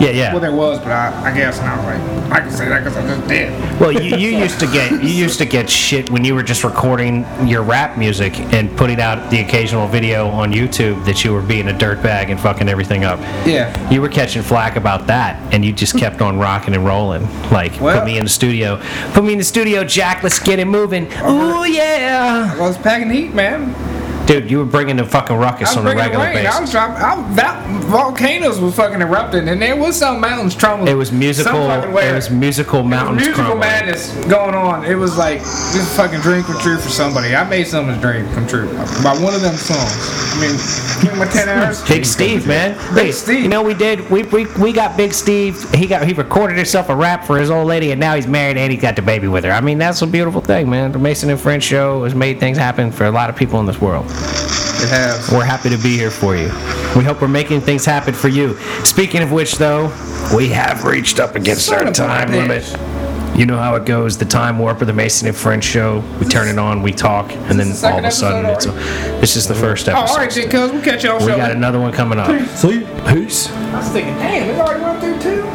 S1: Yeah, yeah.
S4: Well, there was, but I, I guess, and I was like, I can say that because I just did.
S1: Well, you, you used to get you used to get shit when you were just recording your rap music and putting out the occasional video on YouTube that you were being a dirtbag and fucking everything up.
S4: Yeah.
S1: You were catching flack about that, and you just kept on rocking and rolling. Like,
S4: Well-
S1: put me in the studio, put me in the studio, Jack. Let's get it moving. Ooh yeah,
S4: I was packing heat, man.
S1: dude, you were bringing the fucking ruckus
S4: I was
S1: on a
S4: bringing
S1: regular
S4: rain. I
S1: basis.
S4: was dropping. I was, that volcanoes was fucking erupting, and there was some mountains crumbling.
S1: It was musical.
S4: Some fucking way.
S1: It was musical mountains.
S4: musical
S1: crumbling.
S4: madness going on. It was like this fucking dream come true for somebody. I made someone's dream come true by one of them songs. I mean, give me my ten hours.
S1: Big Steve, man.
S4: Big
S1: Hey,
S4: Steve.
S1: You know we did. We, we we got Big Steve. He got he recorded himself a rap for his old lady, and now he's married and he got the baby with her. I mean, that's a beautiful thing, man. The Mason and French show has made things happen for a lot of people in this world.
S4: It has.
S1: We're happy to be here for you. We hope we're making things happen for you. Speaking of which, though, we have reached up against
S4: Son
S1: our
S4: of a
S1: time
S4: bitch.
S1: limit. You know how it goes. The time warp of the Mason and French show. We turn it on, we talk, and then
S4: this the
S1: all of a
S4: second
S1: sudden it's.
S4: episode
S1: A, this is the first
S4: Oh, all
S1: episode.
S4: right, shit, cuz we'll catch y'all.
S1: We
S4: shortly.
S1: got another one coming up.
S3: Sleep.
S1: Peace.
S4: I was thinking, damn, it already went through two.